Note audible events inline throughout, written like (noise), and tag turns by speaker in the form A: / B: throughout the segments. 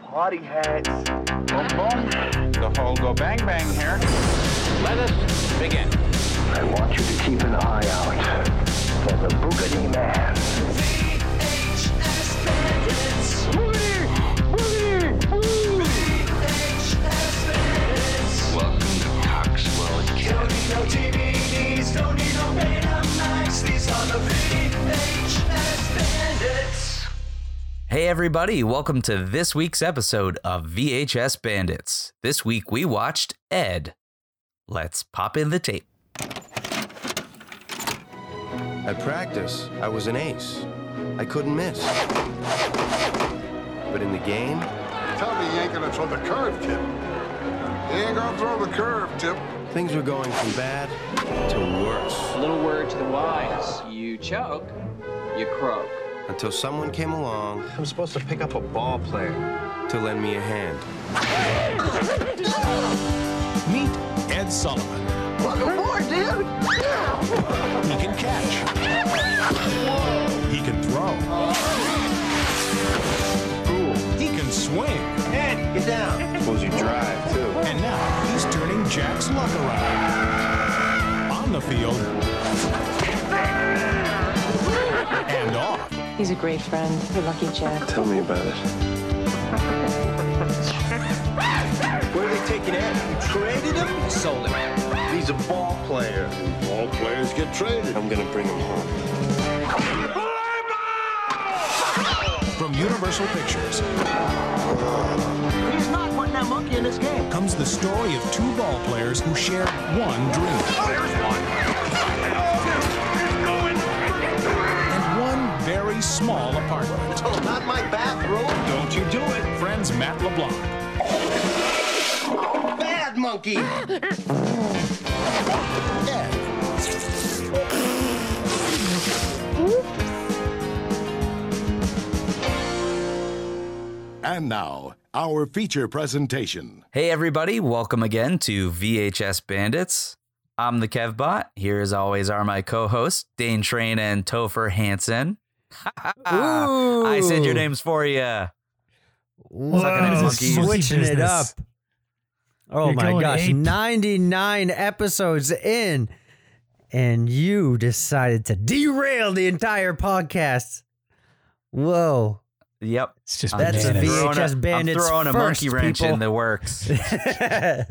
A: party hats. Boom, boom. The whole go bang bang here.
B: Let us begin.
A: I want you to keep an eye out for the Boogity Man.
C: Welcome to Coxwell Academy.
D: Hey, everybody, welcome to this week's episode of VHS Bandits. This week we watched Ed. Let's pop in the tape.
E: At practice, I was an ace. I couldn't miss. But in the game,
F: Tell me he ain't gonna throw the curve tip. He ain't gonna throw the curve tip.
E: things were going from bad to worse
B: Little word to the wise. You choke, you croak.
E: until someone came along. I'm supposed to pick up a ball player to lend me a hand.
G: Meet Ed Sullivan. Welcome aboard, dude. He can catch. He can throw. He can swing.
E: Suppose you drive too.
G: And now he's turning Jack's luck around. On the field. And off.
H: He's a great friend. You're lucky, Jack.
E: Tell me about it. Where are they taking Ed? You traded him?
B: Sold it.
E: He's a ball player.
F: All players get traded.
E: I'm gonna bring him home.
G: From Universal Pictures. He's not putting that monkey in this game. Comes the story of two ball players who share one dream and one very small apartment.
E: Oh, not my bathroom!
G: Don't you do it. Friends Matt LeBlanc
E: Bad monkey!
G: and now our feature presentation.
D: Hey, everybody, welcome again to VHS Bandits. I'm the Kevbot. Here, as always, are my co hosts, Dane Train and Topher Hansen. I said your names for you.
I: Whoa,
D: monkeys.
I: switching it up. Oh
J: You're
I: my
J: going
I: gosh,
J: ape.
I: 99 episodes in, and you decided to derail the entire podcast. Whoa.
D: Yep.
J: It's just
I: That's a
J: bananas.
I: VHS
D: throwing a-
I: Bandits
D: I'm throwing a
I: first,
D: monkey wrench
I: people.
D: in the
I: (laughs)
D: works.
I: Let's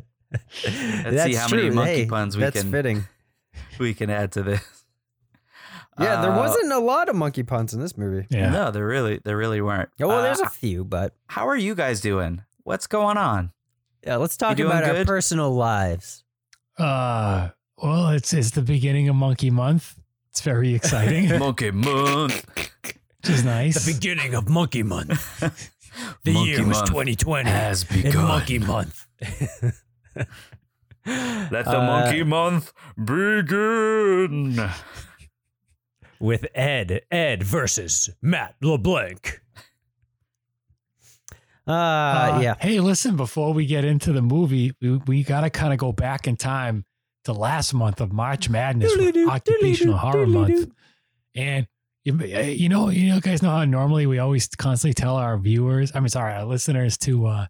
D: Let's see how many monkey puns we
I: that's
D: can
I: fitting.
D: (laughs) we can add to this.
I: Yeah, there
D: Uh,
I: wasn't a lot of monkey puns in this movie.
J: Yeah.
D: No, there really there really weren't.
I: Oh, well, there's
D: Uh,
I: a few, but
D: how are you guys doing? What's going on?
I: yeah, let's talk
D: doing
I: about our
D: good?
I: personal lives.
J: Uh, well, it's it's the beginning of Monkey Month. It's
I: (laughs)
J: very exciting, which
D: Monkey month.
J: is nice.
G: beginning of Monkey Month.
D: (laughs) The Monkey year was month
G: 2020.
D: has and begun. Monkey
G: Month.
D: (laughs) Let
I: the monkey
D: month begin.
G: With Ed. Ed versus Matt LeBlanc.
I: Uh, yeah.
J: Hey, listen, before we get into the movie, we, we got to kind of go back in time to last month of March Madness, with
I: Doodly-doo,
J: Occupational
I: doodly-doo,
J: Horror Month.
I: doodly-doo.
J: And you, you know, you know, guys know how normally we always constantly tell our viewers, I mean, sorry, our listeners to, uh,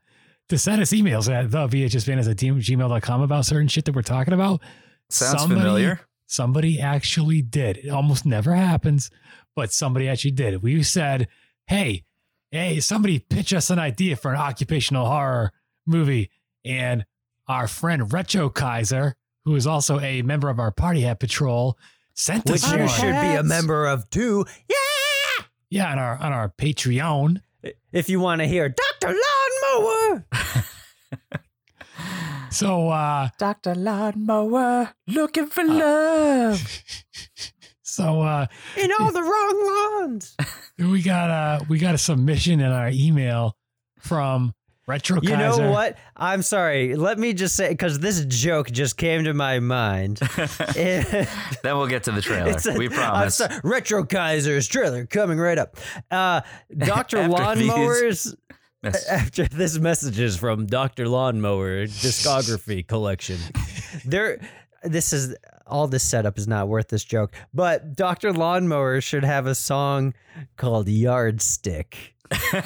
J: to send us emails at the VHSFans at gmail.com about certain shit that we're talking about.
D: Sounds
J: Somebody-
D: familiar.
J: Somebody actually did. It almost never happens, but somebody actually did. We said, hey, hey, somebody pitch us an idea for an occupational horror movie. And our friend Retro Kaiser, who is also a member of our Party Hat Patrol, sent
I: Which
J: us
I: you
J: one.
I: should be a member of too. Yeah.
J: Yeah, on our on our Patreon.
I: If you want to hear Dr. Lawnmower.
J: So uh
D: Dr. Lawnmower looking for love.
J: so uh
I: in all the wrong lawns.
J: we got uh we got a submission in our email from Retro
I: You know
J: Kaiser.
I: what? I'm sorry. Let me just say because this joke just came to
D: (laughs)
I: my mind. It-
D: (laughs) then we'll get to the trailer.
I: it's a-
D: we
I: I'm
D: promise.
I: sorry. Retro Kaiser's trailer coming right up.
D: (laughs)
I: Uh, Doctor
D: After these-
I: Lawnmowers.
D: That's-
I: After this message is from Doctor Lawnmower discography collection. There, this is all this setup is not worth this joke. But Doctor Lawnmower should have a song called Yardstick. (laughs)
D: (laughs)
C: I'm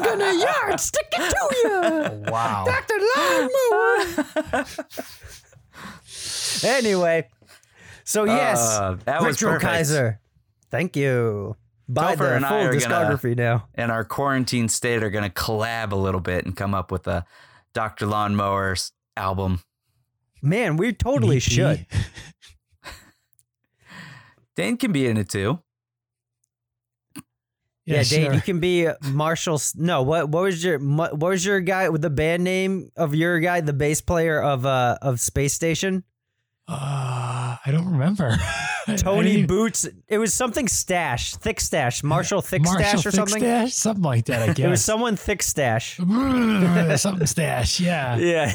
C: gonna yard stick it to you,
J: (laughs) Wow.
C: Doctor Lawnmower. (laughs) anyway, so Oh, yes,
D: Uh, that was
C: Retro
D: perfect.
C: Kaiser. Thank you. Buy
D: Topher
C: the
D: and I
C: full
D: are gonna-
C: discography now.
D: and our quarantine state are going to collab a little bit and come up with a Dr. Lawnmower's album.
C: Man, we totally
J: EP. (laughs)
C: should.
D: Dane can be in it too.
C: Yeah,
J: Yeah,
C: Dane,
J: sure.
C: you can be Marshall. S- No, what what was your mu- what was your guy with the band name of your guy, the bass player of uh of Space Station?
J: Uh, I don't remember. I didn't
C: Tony
J: even-
C: Boots. It was something stash, thick stash, Marshall thick
J: Marshall
C: stash or
J: Thick
C: something.
J: Stash? Something like that, I guess.
C: It was someone thick stash.
J: something stash, yeah.
C: Yeah.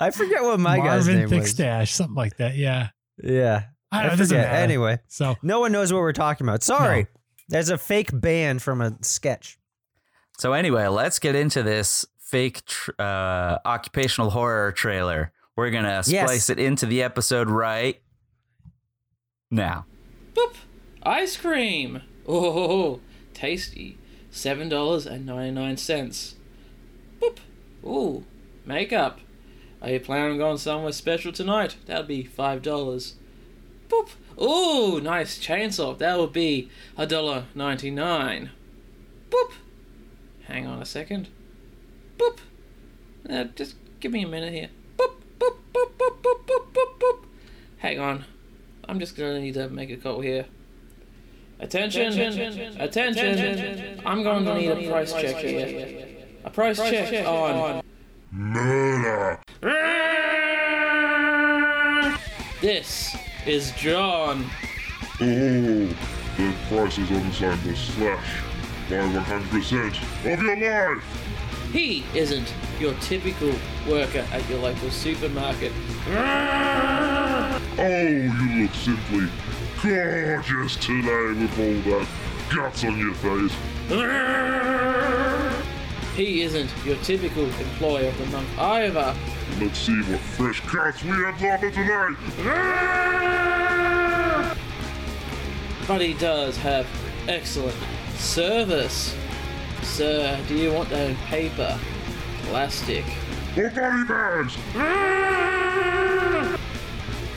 C: I forget what my guy's
J: Marvin
C: name
J: Thick
C: was.
J: Stash, something like that, yeah.
C: Yeah.
J: I
C: I,
J: don't know, it doesn't
C: forget.
J: matter.
C: Anyway,
J: So
C: no one knows what we're talking about. Sorry.
J: No.
C: There's a fake band from a sketch.
D: So, anyway, let's get into this fake tr- uh, occupational horror trailer. We're going to
C: Yes.
D: splice it into the episode right now.
I: Boop! Ice cream! Oh, tasty. $7.99. Boop! Ooh, makeup. Are you planning on going somewhere special tonight? That would be $5. Boop! Ooh, nice chainsaw. That would be $1.99. Boop! Hang on a second. Boop! Uh, just give me a minute here. Boop, boop, boop, boop, boop, boop, boop, boop. Hang on. I'm just gonna need to make a call here. Attention! Attention! I'm going to need a price check here. A price check on
F: Murder.
I: this is John.
F: Oh, the prices on the sign will slash by 100% of your life.
I: He isn't your typical worker at your local supermarket.
F: Oh, you look simply gorgeous today with all that guts on your face.
I: He isn't your typical employee of the month either.
F: Let's see what fresh cuts we have on offer tonight.
I: But he does have excellent service. Sir, do you want that in paper, plastic?
F: Or body bags.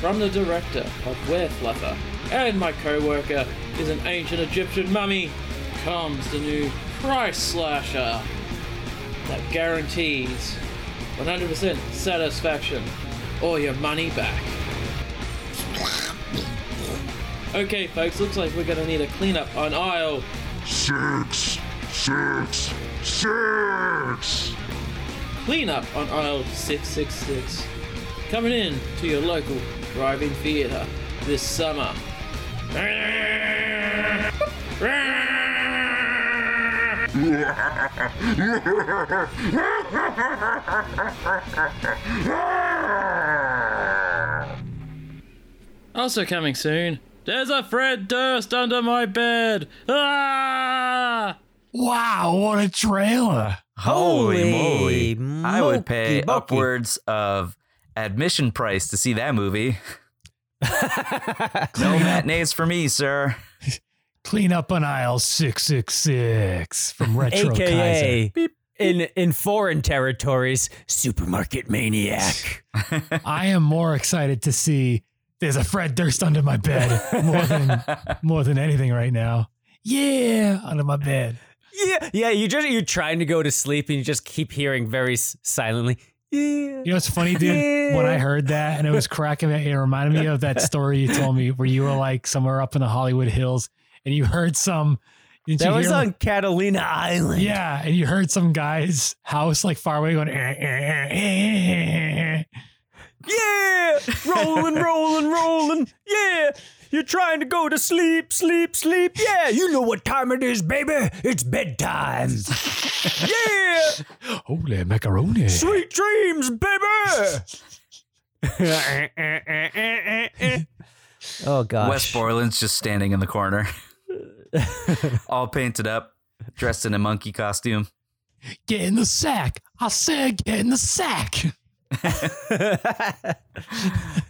I: From the director of Where Fluffer and my co-worker is an ancient Egyptian mummy, comes the new price slasher that guarantees 100% satisfaction or your money back. Okay, folks, looks like we're gonna need a cleanup on aisle
F: Six, six, six.
I: cleanup on aisle 666. Coming in to your local driving theatre this summer. Also coming soon, there's a Fred Durst under my bed. Ah!
J: wow, what a trailer.
D: Holy
C: Holy
D: moly. I would pay
C: mokey-mokey.
D: upwards of admission price to see that movie.
C: (laughs)
D: no matinees for me, sir.
J: Clean up on aisle 666 from Retro
C: AKA in in foreign territories, supermarket maniac.
J: Kaiser. (laughs) I am more excited to see there's a Fred Durst under my bed
C: (laughs)
J: more than more than anything right now. Yeah, under my bed.
C: yeah, yeah. You just you're trying to go to sleep and you just keep hearing very s- silently. Yeah.
J: You know what's funny, dude? When I heard that and it was cracking me, it reminded me of that story you told me where you were like somewhere up in the Hollywood Hills and you heard some. didn't
C: That
J: you
C: was
J: hear, like-
C: on Catalina Island.
J: Yeah, and you heard some guy's house like far away going. "Eh, eh, eh, eh, eh, eh."
C: Yeah,
G: (laughs)
C: rolling, rolling, rolling. Yeah, you're trying to go to sleep, sleep, sleep. Yeah, you know what time it is, baby. It's
G: (laughs)
C: bedtime. yeah,
J: Holy macaroni!
C: sweet dreams, baby. oh gosh.
D: West Borland's just standing in
C: (laughs)
D: the corner, all painted up, dressed in a monkey costume.
J: Get in the sack! I said, get in the sack.
D: Uh,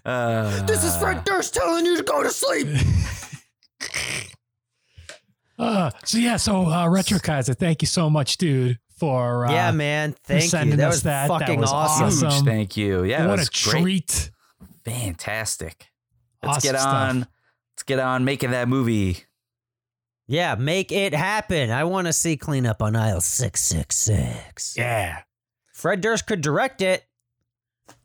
G: Ah.
C: This is Fred Durst telling you to go to sleep.
G: Uh, so yeah, so uh, Retro Kaiser, thank you so much, dude, for uh,
C: Yeah, man.
G: for
C: Thank you.
G: sending
C: That
G: us
C: was
G: that.
C: fucking
G: that was
C: awesome.
G: awesome.
D: Huge thank you. Yeah, it
G: what
D: was
G: a
D: great.
G: treat.
D: Fantastic. Let's
C: Awesome
D: get
C: stuff.
D: on. Let's get on making that movie.
C: Mm-hmm. Yeah, make it happen. I want to see cleanup on aisle 666.
G: Yeah.
C: Fred Durst could direct it.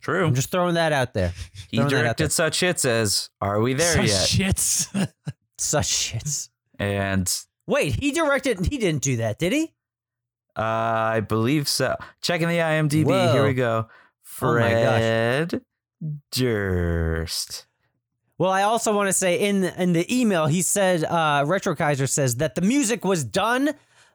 D: True.
C: I'm just throwing that out there.
D: He
C: Throwing that out
D: directed such hits as "Are We There
C: Such
D: Yet?"
G: Shits.
C: Such shits.
D: and
C: Wait, he directed. He didn't do that, did he?
D: uh, I believe so. Checking the IMDb.
C: Whoa.
D: Here we go.
C: Oh my gosh.
D: Fred Durst.
C: Well, I also want to say in in the email he said uh, Retro Kaiser says that the music was done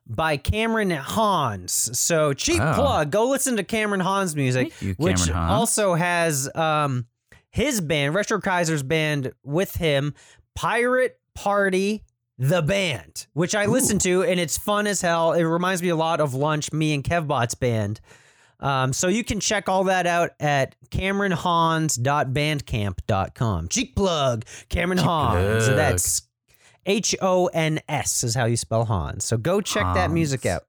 C: by Cameron Hans. So cheap
D: Oh.
C: plug. Go listen to Cameron Hans music,
D: Thank you,
C: which
D: Cameron Hans.
C: also has um, his band, Retro Kaiser's band, with him, Pirate Party. The band, which I listen to, and it's fun as hell. It reminds me a lot of Lunch, me and Kevbot's band. Um, so you can check all that out at CameronHans.bandcamp.com. Cheek plug, Cameron Hans.
D: plug.
C: That's H O N S is how you spell Hans. So go check that music
D: Hans.
C: out.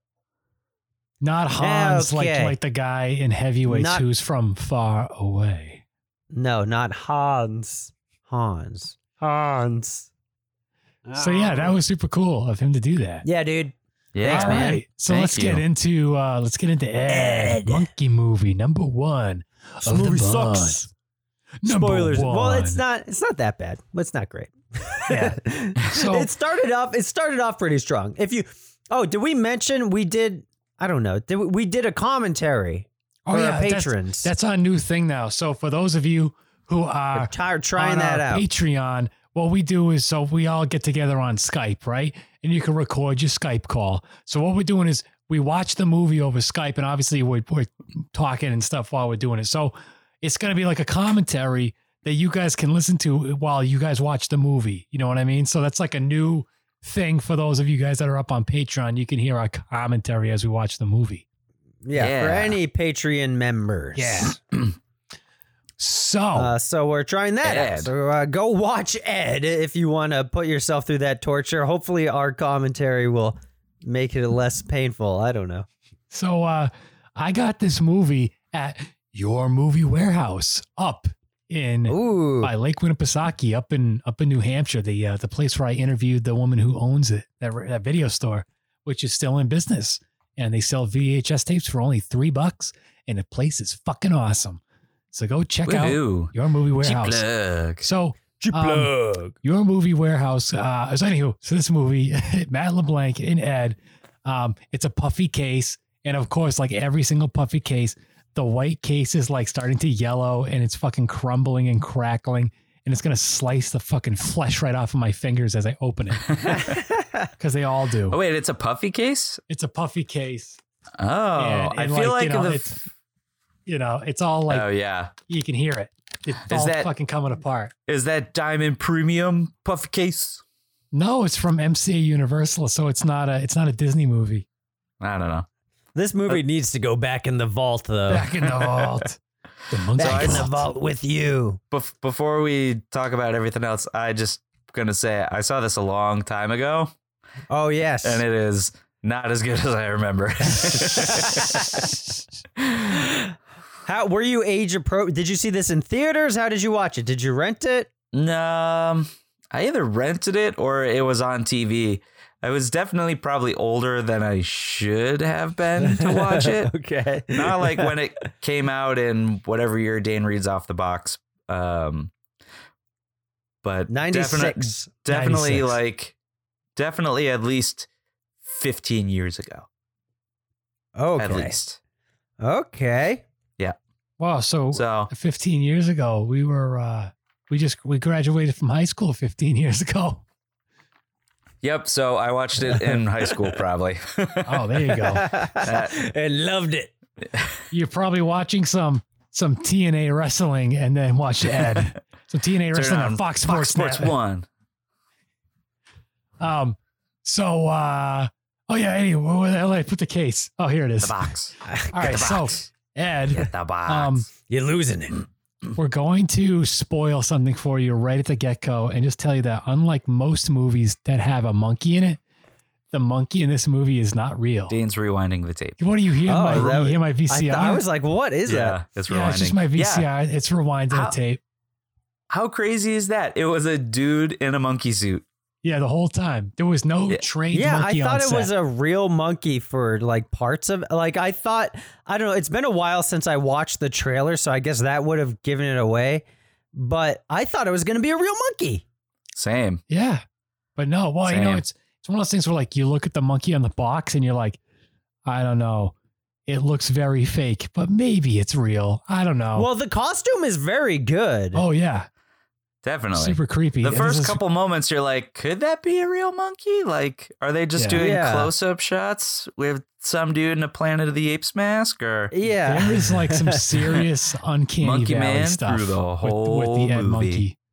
G: Not Hans,
C: Okay.
G: like like the guy in Heavyweights
C: Not-
G: who's from far away.
C: No, not Hans. Hans. Hans.
G: So yeah,
I: Ah.
G: that was super cool of him to do that.
C: Yeah, dude.
D: Yeah,
G: All
D: man.
G: right, so
D: Thank
G: let's
D: you.
G: get into uh, let's get into Ed, Monkey Movie number one.
C: This
G: of the
C: movie
G: month.
C: sucks.
G: Number
C: Spoilers. Well,
G: one.
C: it's not. It's not that bad. But it's not great.
G: (laughs)
C: (laughs)
G: Yeah. So-
C: it started off. It started off pretty strong. If you, oh, did we mention we did? I don't know. Did we, we did a commentary for our
G: Oh, that's-
C: patrons?
G: That's, our new thing now. So for those of you who are
C: tired trying
G: on
C: that
G: our
C: out.
G: Patreon, what we do is so we all get together on Skype, right? And you can record your Skype call. So what we're doing is we watch the movie over Skype, and obviously we're, we're talking and stuff while we're doing it. So it's going to be like a commentary that you guys can listen to while you guys watch the movie. You know what I mean? So that's like a new thing for those of you guys that are up on Patreon. You can hear our commentary as we watch the movie.
C: yeah, for
D: yeah.
C: any Patreon members.
G: Yeah. So
C: Uh, so we're trying that out.
D: Ed.
C: So uh, go watch Ed if you want to put yourself through that torture. Hopefully, our commentary will make it less painful. I don't know.
G: So uh, I got this movie at your movie warehouse up in
C: Ooh,
G: by Lake Winnipesaukee up in up in New Hampshire, the uh, the place where I interviewed the woman who owns it that, that video store, which is still in business, and they sell VHS tapes for only three bucks, and the place is fucking awesome. So go check
D: Woohoo.
G: out your movie warehouse.
D: Plug.
G: So um, your movie warehouse. Uh, so anywho, so this movie, (laughs) Matt LeBlanc and Ed, um, it's a puffy case, and of course, like every single puffy case, the white case is like starting to yellow, and it's fucking crumbling and crackling, and it's gonna slice the fucking flesh right off of my fingers as I open it, (laughs) because they all do.
D: Oh wait, it's a puffy case.
G: It's a puffy case.
D: Oh,
G: and,
D: I
G: and,
D: feel like,
G: like, you know,
D: the.
G: it's- You know, it's all like
D: oh yeah,
G: you can hear it. It's
D: Is
G: all
D: that-
G: fucking coming apart.
D: is that diamond premium puffy case?
G: No, it's from MCA Universal, so it's not a it's not a Disney movie.
D: I don't know.
C: this movie needs to go back in the vault, though.
G: Back
C: (laughs)
G: in the vault. The monkey
C: Back in the
G: vault.
C: vault with you.
D: Bef- before we talk about everything else, I just gonna say I saw this a long time ago,
C: Oh yes.
D: and it is not as good as I
G: (laughs)
D: remember.
C: (laughs) How were you age appro? Did you see this in theaters? How did you watch it? Did you rent it?
D: um, I either rented it or it was on TV. I was definitely probably older than I should have been to watch (laughs)
C: (laughs)
D: it.
C: okay. (laughs)
D: not like when (laughs) it came out in whatever year Dane reads off the box. Um, but
C: ninety
D: definite-
C: six.
D: definitely
G: 96.
D: like definitely at least 15 years ago
C: Okay.
D: at least
C: Okay.
G: Wow, so,
D: so
G: 15 years ago, we were uh we just we graduated from high school 15 years ago.
D: yep so i watched it in high school (laughs) probably
G: Oh, there you go.
C: (laughs) and loved it.
G: You're probably watching some some TNA wrestling and then
D: (laughs)
G: watch Ed. So TNA
D: Turn
G: wrestling on,
D: on
G: Fox
D: Fox
G: Sports.
D: Sports
G: Net.
D: One.
G: Um so uh oh yeah, anyway, where the hell did I put the case? Oh, here it
D: The (laughs)
G: is.
D: box.
G: All right,
D: the
G: so
D: box.
G: Ed
D: Get the box.
G: (laughs) um
C: You're losing it.
G: We're going to spoil something for you right at the get go and just tell you that, unlike most movies that have a monkey in it, the monkey in this movie is not real.
D: Dean's rewinding the tape.
G: What do you hear?
D: Oh,
G: my,
D: that-
G: you hear my
D: I
G: VCR?
D: thought- I was like, what is Yeah, that? it's
G: Yeah, it's just
D: rewinding.
G: my
D: Yeah.
G: VCR. It's rewinding
D: How-
G: the tape.
D: How crazy is that? It was a dude in a monkey suit.
G: Yeah, the whole time there was no trained
C: yeah, I
G: monkey on
C: thought it
G: set.
C: was a real monkey for like parts of like I thought I don't know, it's been a while since I watched the trailer, so I guess that would have given it away. But I thought it was gonna be a real monkey.
D: Same.
G: Yeah. But no, well, you know,
D: Same.
G: it's it's one of those things where like you look at the monkey on the box and you're like, I don't know. It looks very fake, but maybe it's real. I don't know.
C: Well, the costume is very good.
G: Oh yeah.
D: Definitely.
G: Super creepy.
D: The
G: And
D: first
G: this is-
D: couple moments, you're like, could that be a real monkey? Like, are they just
G: Yeah.
D: doing
G: Yeah.
D: close up shots with some dude in a Planet of the Apes mask? Or
G: There is
D: (laughs)
G: like some serious uncanny
D: Monkey
G: valley
D: Man
G: stuff
D: through the
G: with- with,
D: whole
G: the Ed
D: movie.
G: monkey.
C: (laughs)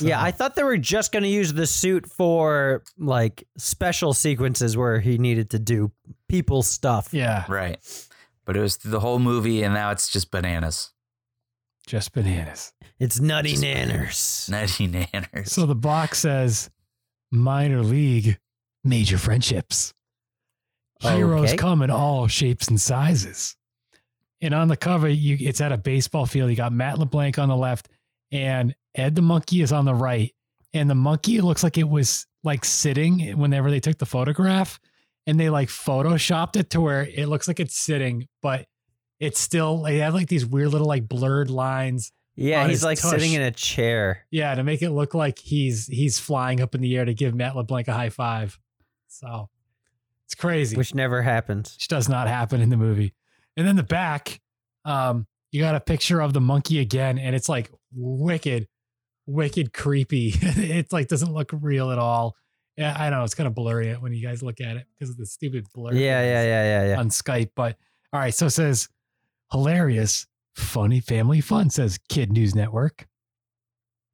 C: Yeah, I thought they were just gonna use the suit for like special sequences where he needed to do people stuff.
G: Yeah.
D: Right. But it was through the whole movie, and now it's just bananas. (laughs)
G: Just bananas.
C: It's nutty nanners.
D: Nutty nanners.
G: So the box says minor league, major friendships. Heroes
D: Okay.
G: come in all shapes and sizes. And on the cover, you it's at a baseball field. You got Matt LeBlanc on the left and Ed the monkey is on the right. And the monkey looks like it was like sitting whenever they took the photograph and they like photoshopped it to where it looks like it's sitting, but it's still it had like these weird little like blurred lines.
C: Yeah,
G: on
C: he's
G: his
C: like
G: tush.
C: sitting in a chair.
G: Yeah, to make it look like he's he's flying up in the air to give Matt LeBlanc a high five. So it's crazy.
C: Which never happens.
G: Which does not happen in the movie. And then the back, um, you got a picture of the monkey again, and it's like wicked, wicked creepy. (laughs) it's like doesn't look real at all. Yeah, I know it's kind of blurry it when you guys look at it because of the stupid blur.
C: Yeah, yeah,
G: things
C: yeah, yeah, yeah.
G: On Skype, but all right. So it says hilarious, funny family fun. Says Kid News Network.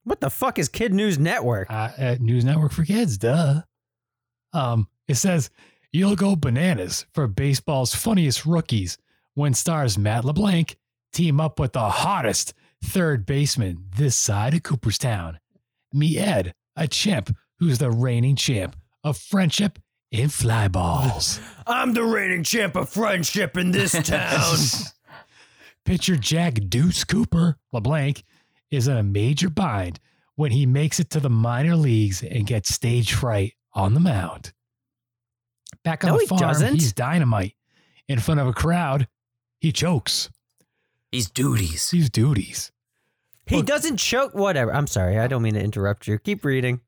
C: What the fuck is Kid News Network?
G: Uh, uh, News Network for kids, duh. Um, it says you'll go bananas for baseball's funniest rookies when stars Matt LeBlanc team up with the hottest third baseman this side of Cooperstown. Me Ed, a chimp who's the reigning champ of friendship and fly balls.
C: (laughs) I'm the reigning champ of friendship in
G: (laughs)
C: this town.
G: Pitcher Jack Deuce Cooper LeBlanc is in a major bind when he makes it to the minor leagues and gets stage fright on the mound. Back on
C: No,
G: the
C: he
G: farm,
C: doesn't.
G: he's dynamite. In front of a crowd, he chokes.
D: He's duties.
G: He's duties.
C: he doesn't choke. Whatever. I'm sorry. I don't mean to interrupt you. Keep reading.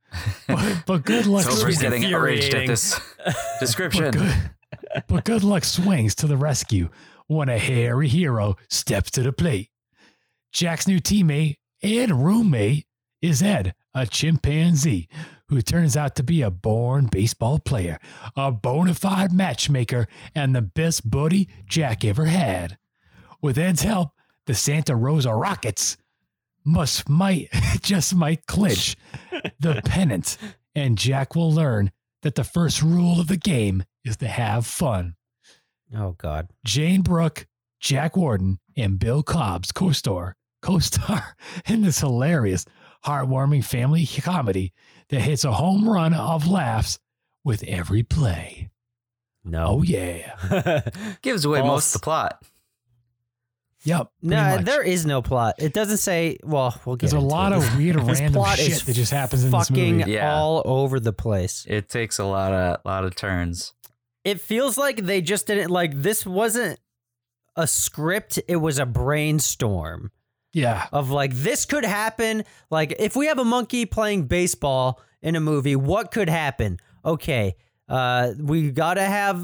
G: But, but good luck.
D: Sober's
G: swings-
D: getting outraged at this
G: (laughs)
D: description.
G: But good luck swings to the rescue when a hairy hero steps to the plate. Jack's new teammate and roommate is Ed, a chimpanzee who turns out to be a born baseball player, a bona fide matchmaker, and the best buddy Jack ever had. With Ed's help, the Santa Rosa Rockets must might (laughs) just might clinch the pennant, and Jack will learn that the first rule of the game is to have fun.
C: Oh God.
G: Jane Brooke, Jack Warden, and Bill Cobb's co-star, co-star (laughs) in this hilarious, heartwarming family comedy that hits a home run of laughs with every play.
C: No.
G: Oh yeah.
C: (laughs)
D: Gives away most of the plot.
G: Yep. pretty
C: No,
G: much.
C: there is no plot. It doesn't say. Well, we'll get.
G: There's a
C: into
G: lot
C: it.
G: of weird
C: (laughs) This
G: random
C: plot
G: shit
C: is
G: that just happens in this
C: fucking
G: movie.
D: Yeah.
C: all over the place.
D: It takes a lot of lot of turns.
C: It feels like they just didn't like. This wasn't a script. It was a brainstorm.
G: Yeah.
C: of like this could happen like if we have a monkey playing baseball in a movie what could happen okay uh we gotta have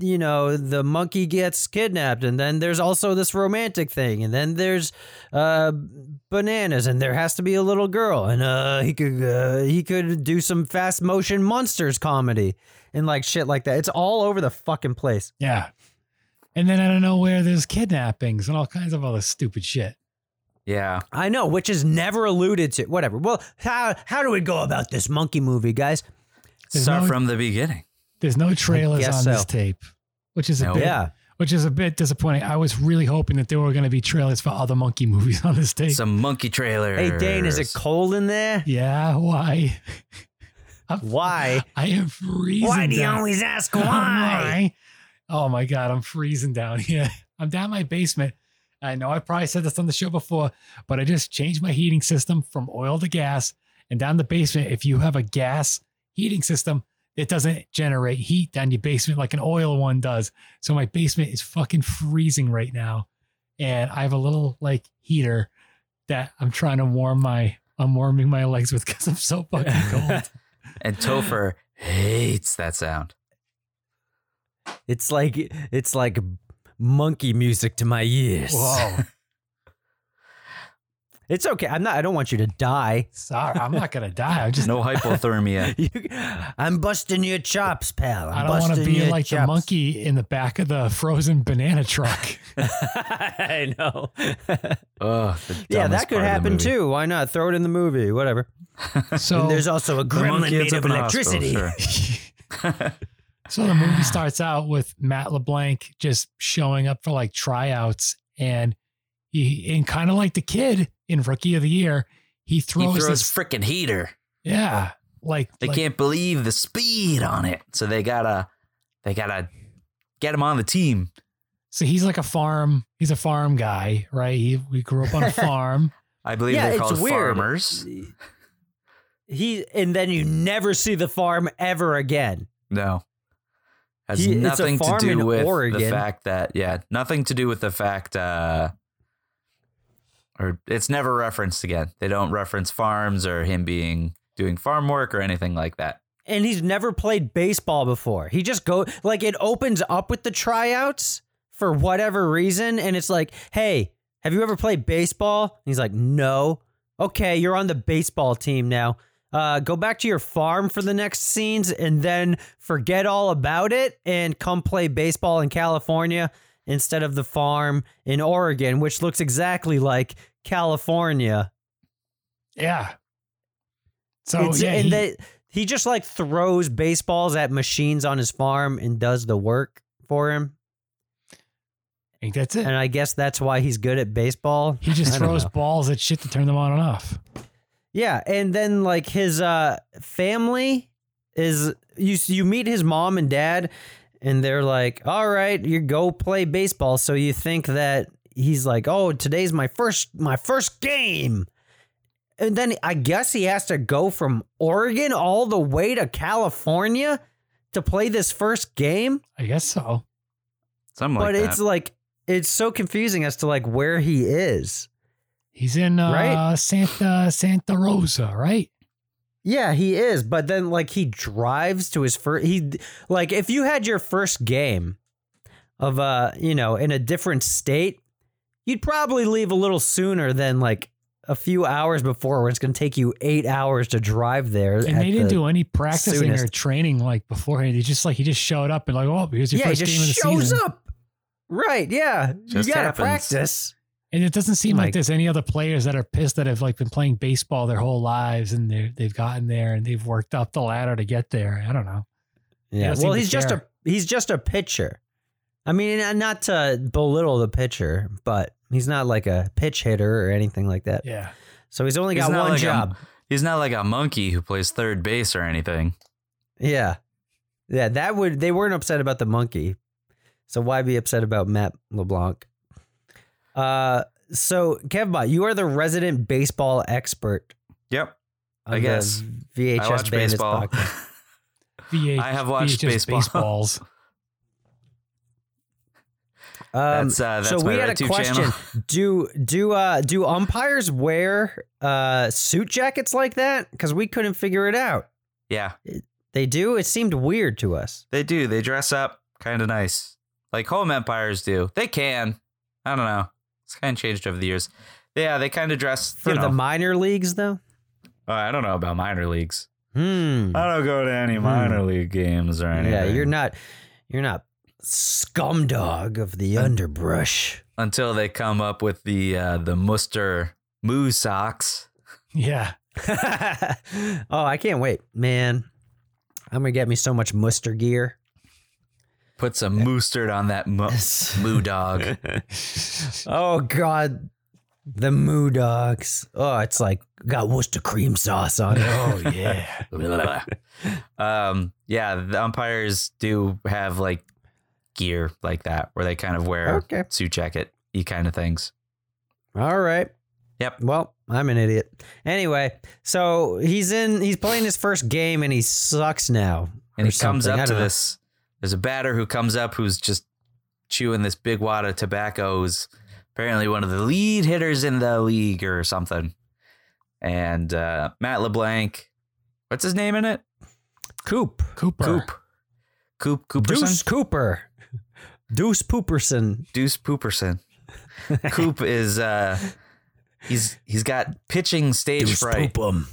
C: you know the monkey gets kidnapped and then there's also this romantic thing and then there's uh bananas and there has to be a little girl and uh he could uh, he could do some fast motion monsters comedy and like shit like that it's all over the fucking place
G: Yeah. And then out of nowhere, there's kidnappings and all kinds of other stupid shit.
D: Yeah.
C: I know, which is never alluded to. Whatever. Well, how how do we go about this monkey movie, guys?
G: There's
D: Start
G: no-
D: from the beginning.
G: There's no trailers
C: guess
G: on this
C: so.
G: tape, which is a
D: No.
G: bit,
C: Yeah.
G: which is a bit disappointing. I was really hoping that there were going to be trailers for other monkey (laughs) movies on this tape.
D: Some monkey trailer.
C: Hey Dane, is it cold in there?
G: yeah, why?
C: why?
G: I am freezing.
C: Why do you
G: down.
C: always ask
G: I'm
C: why?
G: why? Oh my god, I'm freezing down (laughs) here. I'm down in my basement. I know I probably said this on the show before, but I just changed my heating system from oil to gas. And down in the basement, if you have a gas heating system, it doesn't generate heat down your basement like an oil one does. So my basement is fucking freezing right now. And I have a little like heater that I'm trying to warm my I'm warming my legs with because I'm so fucking cold.
D: And Topher hates that sound.
C: It's like it's like monkey music to my ears.
G: Whoa.
C: It's okay. I'm not. I don't want you to die.
G: Sorry, I'm not gonna die. I'm just
D: No (laughs) hypothermia.
C: I'm busting your chops, pal. I'm
G: I don't want to
C: busting
G: be
C: your
G: like the
C: chops.
G: monkey in the back of the frozen banana truck.
C: (laughs) I know.
D: Oh, the
C: yeah, that could
D: dumbest part of the
C: happen
D: movie.
C: too. Why not throw it in the movie? Whatever.
G: So
C: and there's also a
D: The
C: gremlin
D: monkey ends
C: made
D: up
C: of
D: in the hospital,
C: electricity.
D: sure.
G: So the movie starts out with Matt LeBlanc just showing up for like tryouts, and he and kind of like the kid in Rookie of the Year, he throws,
D: he throws
G: this,
D: freaking heater.
G: yeah, like
D: They
G: like-
D: can't believe the speed on it. So they gotta they gotta get him on the team.
G: So he's like a farm, he's a farm guy, right? He we grew up
C: (laughs)
G: on a farm.
D: I believe
C: Yeah,
D: they're
C: it's
D: called
C: weird.
D: farmers.
C: He and then you never see the farm ever again.
D: No. Has
C: He- it's a
D: nothing to
C: farm
D: do
C: in
D: with the
C: Oregon.
D: fact that yeah, nothing to do with the fact uh or it's never referenced again. They don't reference farms or him being doing farm work or anything like that.
C: and he's never played baseball before. He just go like it opens up with the tryouts for whatever reason, and it's like, hey, have you ever played baseball? And he's like, no. Okay, you're on the baseball team now. Uh, go back to your farm for the next scenes, and then forget all about it, and come play baseball in California instead of the farm in Oregon, which looks exactly like California.
G: Yeah. So
C: It's-
G: Oh, yeah,
C: and
G: he-
C: they, he just like throws baseballs at machines on his farm and does the work for him.
G: I think that's it.
C: And I guess that's why he's good at baseball.
G: He just
C: (laughs) I don't
G: throws
C: know.
G: balls at shit to turn them on and off.
C: Yeah, and then like his uh family is you you meet his mom and dad and they're like, "All right, you go play baseball." So you think that he's like, "Oh, today's my first my first game." And then I guess he has to go from Oregon all the way to California to play this first game,
G: I guess so.
D: Something
C: but
D: like that.
C: it's like it's so confusing as to like where he is.
G: He's in uh,
C: Right?
G: Santa Santa Rosa, right?
C: Yeah, he is, but then like he drives to his first he like if you had your first game of uh, you know, in a different state, you'd probably leave a little sooner than like a few hours before when it's going to take you 8 hours to drive there.
G: And
C: at
G: they didn't
C: the-
G: do any practicing or
C: soonest.
G: training like beforehand. They just like he just showed up and like, oh, here's your
C: Yeah, he
G: first
C: just
G: game of the
C: shows
G: season.
C: up. Right, yeah.
D: Just
C: you got to
D: happens.
C: practice.
G: And it doesn't seem like,
C: Like-
G: there's any other players that are pissed that have like been playing baseball their whole lives and they they've gotten there and they've worked up the ladder to get there. I don't know.
C: Yeah.
G: doesn't
C: Well,
G: seem to
C: he's just a
G: care.
C: he's just a pitcher. I mean, and not to belittle the pitcher, but he's not like a pitch hitter or anything like that.
G: Yeah.
C: So he's only
D: He's
C: got
D: not
C: one
D: like a-
C: job.
D: He's not like a monkey who plays third base or anything.
C: Yeah. Yeah, that would they weren't upset about the monkey. So why be upset about Matt LeBlanc? Uh so Kevbot, you are the resident baseball expert.
D: Yep.
C: on
D: I
C: the
D: guess.
C: VHS
D: I watch
C: Bandits
D: baseball.
C: podcast.
G: VH,
D: I have watched
G: VHS
D: baseball. (laughs)
G: baseballs.
C: Um,
D: That's, uh,
C: so
D: that's
C: we
D: my
C: had a
D: RedTube
C: question.
D: channel. (laughs)
C: do do uh do umpires wear uh suit jackets like that? Because we couldn't figure it out.
D: (laughs) Yeah,
C: They do. It seemed weird to us.
D: they do. They dress up kind of nice, like home empires do. They can. I don't know. It's kind of changed over the years. Yeah, they kind of dress
C: For
D: you know,
C: the minor leagues though?
D: uh, I don't know about minor leagues.
C: Hmm.
D: I don't go to any minor league games or anything.
C: Yeah, you're not you're not scumdog of the
D: Uh, (laughs)
C: underbrush. (laughs)
D: until they come up with the uh, the muster moo socks.
G: Yeah.
C: oh, I can't wait, man. I'm gonna get me so much muster gear.
D: Put
C: (laughs)
D: some (laughs) mustard on that mu- moo dog.
C: Oh god. The Moo Dogs. Oh, it's like got Worcester cream sauce on it.
G: Oh,
C: (laughs)
G: yeah.
D: um, yeah, the umpires do have like gear like that where they kind of wear
C: Okay.
D: suit jacket y kind of things.
C: All right.
D: Yep.
C: Well, I'm an idiot. Anyway, so he's in. He's playing his first game and he sucks now.
D: And
C: or
D: he comes
C: something. I
D: up to
C: don't know.
D: this. There's a batter who comes up who's just chewing this big wad of tobacco. Who's apparently one of the lead hitters in the league or something. And uh, Matt LeBlanc, what's his name in it?
C: Coop.
G: Cooper.
D: Coop. Coop Cooperson.
C: Deuce Cooper. Deuce Pooperson. (laughs)
D: Deuce Pooperson. Coop is uh he's he's got pitching stage
C: Deuce
D: fright
C: Poopum.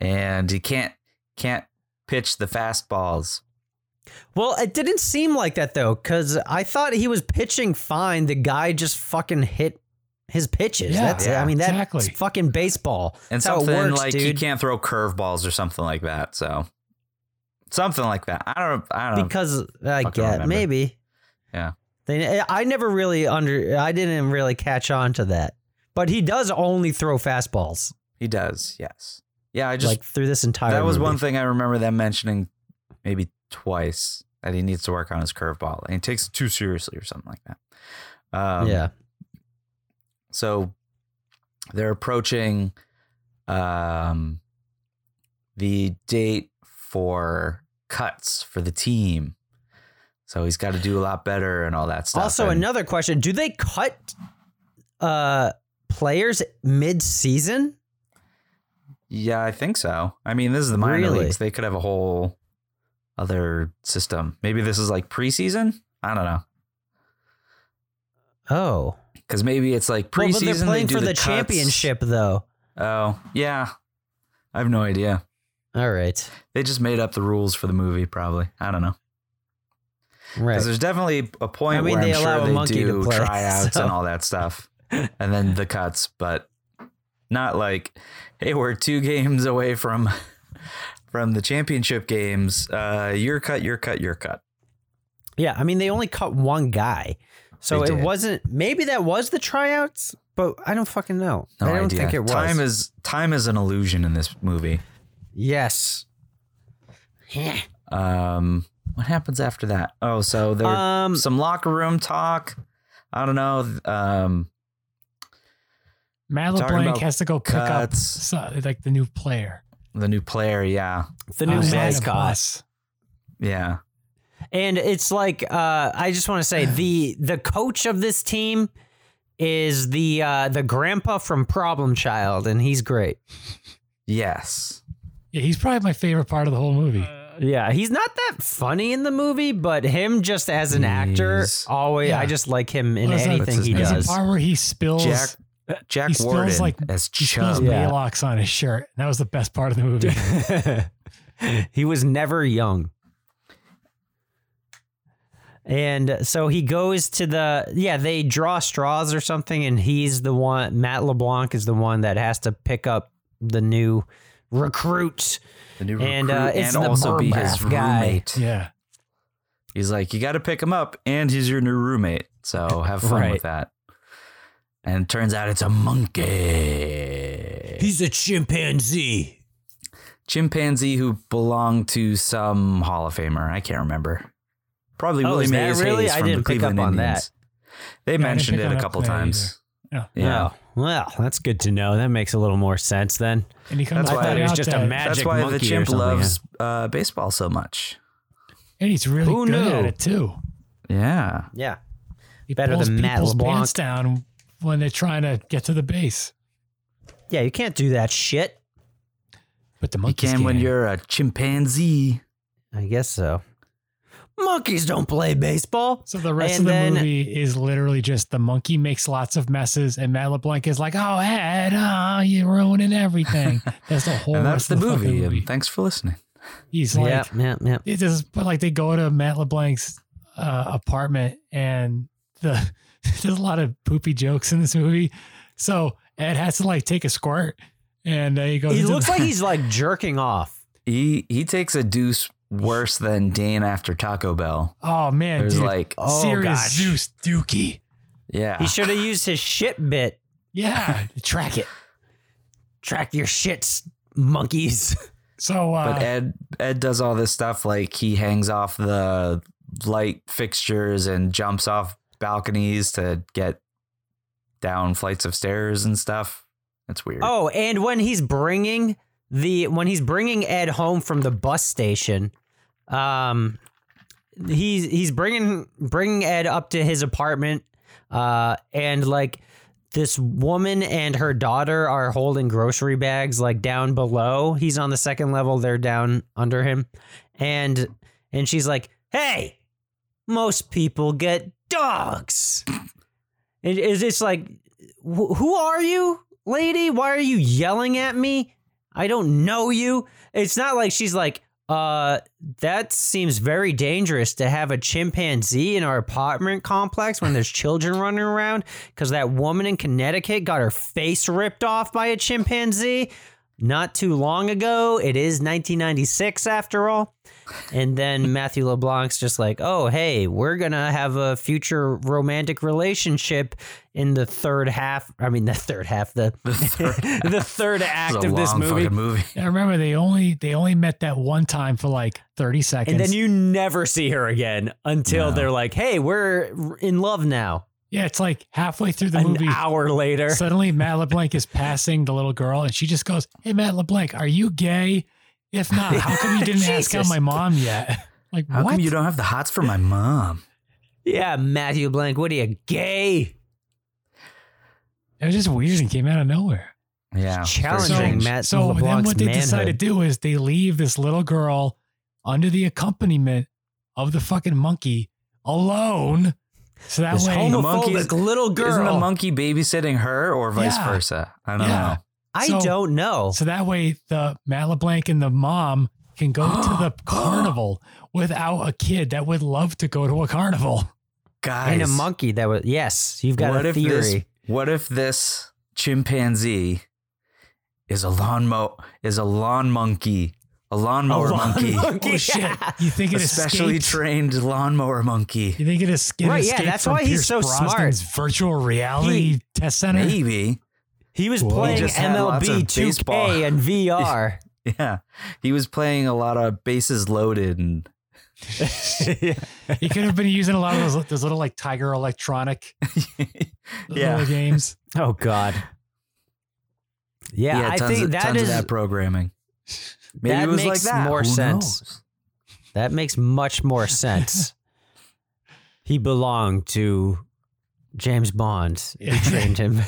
D: and he can't can't pitch the fastballs.
C: Well, it didn't seem like that though, because I thought he was pitching fine. The guy just fucking hit his pitches.
G: Yeah,
C: That's
D: yeah,
C: I mean that's
G: exactly.
C: fucking baseball.
D: And
C: That's how it
D: something
C: works,
D: like
C: dude.
D: he can't throw curveballs or something like that. So something like that. I don't I don't
C: because I
D: fucking
C: get
D: remember.
C: maybe.
D: Yeah.
C: They, I never really under. I didn't really catch on to that. But he does only throw fastballs
D: he does, yes. Yeah, I just
C: like through this entire.
D: that was
C: movie.
D: one thing I remember them mentioning maybe twice that he needs to work on his curveball. And he takes it too seriously or something like that. Um,
C: yeah.
D: so they're approaching um the date for cuts for the team so he's got to do a lot better and all that stuff
C: Also,
D: And
C: another question: Do they cut uh players mid-season?
D: yeah i think so i mean this is the minor
C: Really?
D: leagues they could have a whole other system maybe this is like preseason i don't know
C: Oh,
D: because maybe it's like
C: Well,
D: preseason
C: but they're
D: they
C: playing
D: do
C: for the,
D: cuts.
C: championship, though.
D: oh yeah i have no idea
C: All right,
D: they just made up the rules for the movie probably i don't know
C: right.
D: Because there's definitely a point
C: I mean,
D: where
C: they
D: I'm
C: allow
D: sure
C: a
D: they
C: monkey to
D: do
C: play,
D: tryouts
C: so.
D: and all
C: (laughs)
D: that stuff, and then the cuts, but not like, hey, we're two games away from (laughs) from the championship games. Uh, your cut, your cut, your cut.
C: Yeah, I mean, they only cut one guy, so
D: They
C: it
D: did.
C: wasn't. Maybe that was the tryouts, but I don't fucking know.
D: No
C: I don't
D: idea.
C: think it was.
D: Time is time is an illusion in this movie.
C: yes.
D: Um, what happens after that? Oh, so there
C: Um,
D: some locker room talk. I don't know. Um,
G: Matt
D: Talking
G: LeBlanc
D: about
G: has to go pick up
D: cuts.
G: so, like the new player.
D: the new player. Yeah,
C: The
G: Oh,
C: new
G: man, a
C: mascot,
G: bus.
D: yeah.
C: and it's like uh, I just want to
D: (sighs)
C: say the the coach of this team is the uh, the grandpa from Problem Child, and he's great.
D: Yes.
G: Yeah, he's probably my favorite part of the whole movie.
C: Yeah, he's not that funny in the movie, but him just as an actor,
D: He's-
C: always
G: Yeah.
C: I just like him in
G: What's that-
C: anything
D: What's
C: he
D: his name?
C: does.
G: There's a part where he spills
D: Jack Jack
G: he spills
D: Warden
G: like
D: as
G: he spills
D: Chum.
C: Yeah.
G: Maalox on his shirt. That was the best part of the movie.
C: (laughs) he was never young. And so he goes to the yeah, they draw straws or something and he's the one Matt LeBlanc is the one that has to pick up the new recruit.
D: the new
C: And,
D: recruit,
C: uh, it's
D: and
C: the
D: also be his
C: Burbath guy.
D: roommate.
G: yeah.
D: He's like, you got to pick him up, and he's your new roommate. So have fun
C: Right.
D: with that. And it turns out it's a monkey,
C: He's a chimpanzee.
D: chimpanzee who belonged to some Hall of Famer. I can't remember. Probably
C: Oh,
D: Willie
C: is that
D: Mays
C: really?
D: Hayes
C: I
D: from
C: didn't
D: the
C: pick up
D: Cleveland
C: on
D: Indians. They
G: didn't
D: mentioned
G: pick
D: it
G: on
D: a
G: that
D: couple
G: either.
D: times.
G: Yeah.
D: yeah.
C: Oh, well, that's good to know. That makes a little more sense then.
G: And he comes
D: That's why
G: right
D: it was
G: out
C: just a
G: that-
C: ma-
D: That's
C: Magic
D: why the
C: monkey or
D: chimp
C: something,
D: loves uh, baseball so much.
G: And he's really
C: Who
G: good at
C: knew?
G: it too.
D: Yeah.
C: Yeah.
G: He
C: Better
G: pulls
C: than Matt
G: people's
C: LeBlanc.
G: pants down when they're trying to get to the base.
C: Yeah, you can't do that shit.
G: But the
D: You
G: monkeys
D: can when you're a chimpanzee.
C: I guess so. Monkeys don't play baseball.
G: So the rest
C: And
G: of the
C: then-
G: movie is literally just the monkey makes lots of messes, and Matt LeBlanc is like, "Oh, Ed, oh, you're ruining everything." Oh, That's the whole.
D: and that's
G: rest
D: the
G: of the fucking
D: movie.
G: movie.
D: And thanks for listening.
G: He's like,
C: yeah, yeah, yeah.
G: it just but like they go to Matt LeBlanc's uh, apartment and the (laughs) there's a lot of poopy jokes in this movie. So Ed has to like take a squirt and uh, he goes.
C: He
G: into
C: looks
G: the- (laughs)
C: like he's like jerking off.
D: He he takes a deuce worse than Dan after Taco Bell.
G: oh man,
D: There's
G: dude,
D: like
C: Oh,
G: serious
C: gosh.
G: Zeus Dookie.
D: Yeah.
C: He should have used his shit bit.
G: Yeah.
C: Track it. Track your shits, monkeys.
G: So, uh,
D: but Ed Ed does all this stuff like he hangs off the light fixtures and jumps off balconies to get down flights of stairs and stuff. That's weird.
C: Oh, and when he's bringing the when he's bringing Ed home from the bus station, um, he's he's bringing bringing Ed up to his apartment, uh, and like this woman and her daughter are holding grocery bags like down below. He's on the second level; they're down under him, and and she's like, "Hey, most people get dogs." It, it's just like, wh- who are you, lady? Why are you yelling at me? I don't know you. It's not like she's like, uh, that seems very dangerous to have a chimpanzee in our apartment complex when there's children running around because that woman in Connecticut got her face ripped off by a chimpanzee not too long ago. It is 1996 after all. And then Matthew LeBlanc's just like, oh, hey, we're going to have a future romantic relationship in the third half. I mean, the third half, the, (laughs) the third, act
D: It's a
C: of this
D: long
C: movie.
D: fucking movie.
G: I remember they only they only met that one time for like thirty seconds.
C: And then you never see her again until they're like, hey, we're in love now.
G: yeah, it's like halfway through the
C: An
G: movie.
C: hour later.
G: Suddenly, Matt LeBlanc is passing the little girl, and she just goes, "Hey, Matt LeBlanc, are you gay? If not, how
C: (laughs)
G: come you didn't ask out
C: Jesus.
G: my mom yet?" Like,
D: How
G: what?
D: come you don't have the hots for my mom?
C: Yeah, Matthew Blank, what are you, gay?
G: it was just weird and came out of nowhere.
D: Yeah.
C: Challenging
G: so,
C: Matt
G: so then
C: LeBlanc's
G: what they decide to
C: manhood.
G: do is they leave this little girl under the accompaniment of the fucking monkey alone. So that
C: This
G: way,
D: The monkey
C: homophobic little girl.
D: Isn't the monkey babysitting her or vice
G: Yeah.
D: versa? I don't
G: Yeah.
C: I
G: So-
C: don't know.
G: So that way, the Matt LeBlanc and the mom can go to
C: (gasps)
G: the carnival without a kid that would love to go to a carnival.
D: know. Guys.
C: And a monkey that was yes, you've got
D: what
C: a
D: if
C: theory.
D: this what if this chimpanzee is a lawn mo is a lawn monkey? A
C: (laughs)
D: lawnmower monkey.
G: Oh shit! You think
D: A
G: it
D: specially
G: escaped?
D: trained lawnmower monkey.
G: you think it is
C: Right, yeah, that's why he's so smart.
G: Virtual reality
C: He-
G: test center.
D: Maybe.
C: He was
G: Whoa.
C: playing
G: He
D: just had
C: MLB
D: lots of
C: 2K
D: baseball.
C: and VR.
D: Yeah. He was playing a lot of bases loaded and
G: He could have been using a lot of those, those little like Tiger
C: (laughs)
G: Electronic
D: Yeah.
G: little games.
C: oh God. Yeah,
D: he had
C: I
D: tons
C: think
D: of,
C: that
D: tons of
C: is
D: that programming. Maybe
C: that
D: it was
C: makes
D: like that.
C: more
D: Who
C: sense.
D: knows?
C: that makes much more sense. he belonged to James Bond.
G: Yeah.
C: He trained him.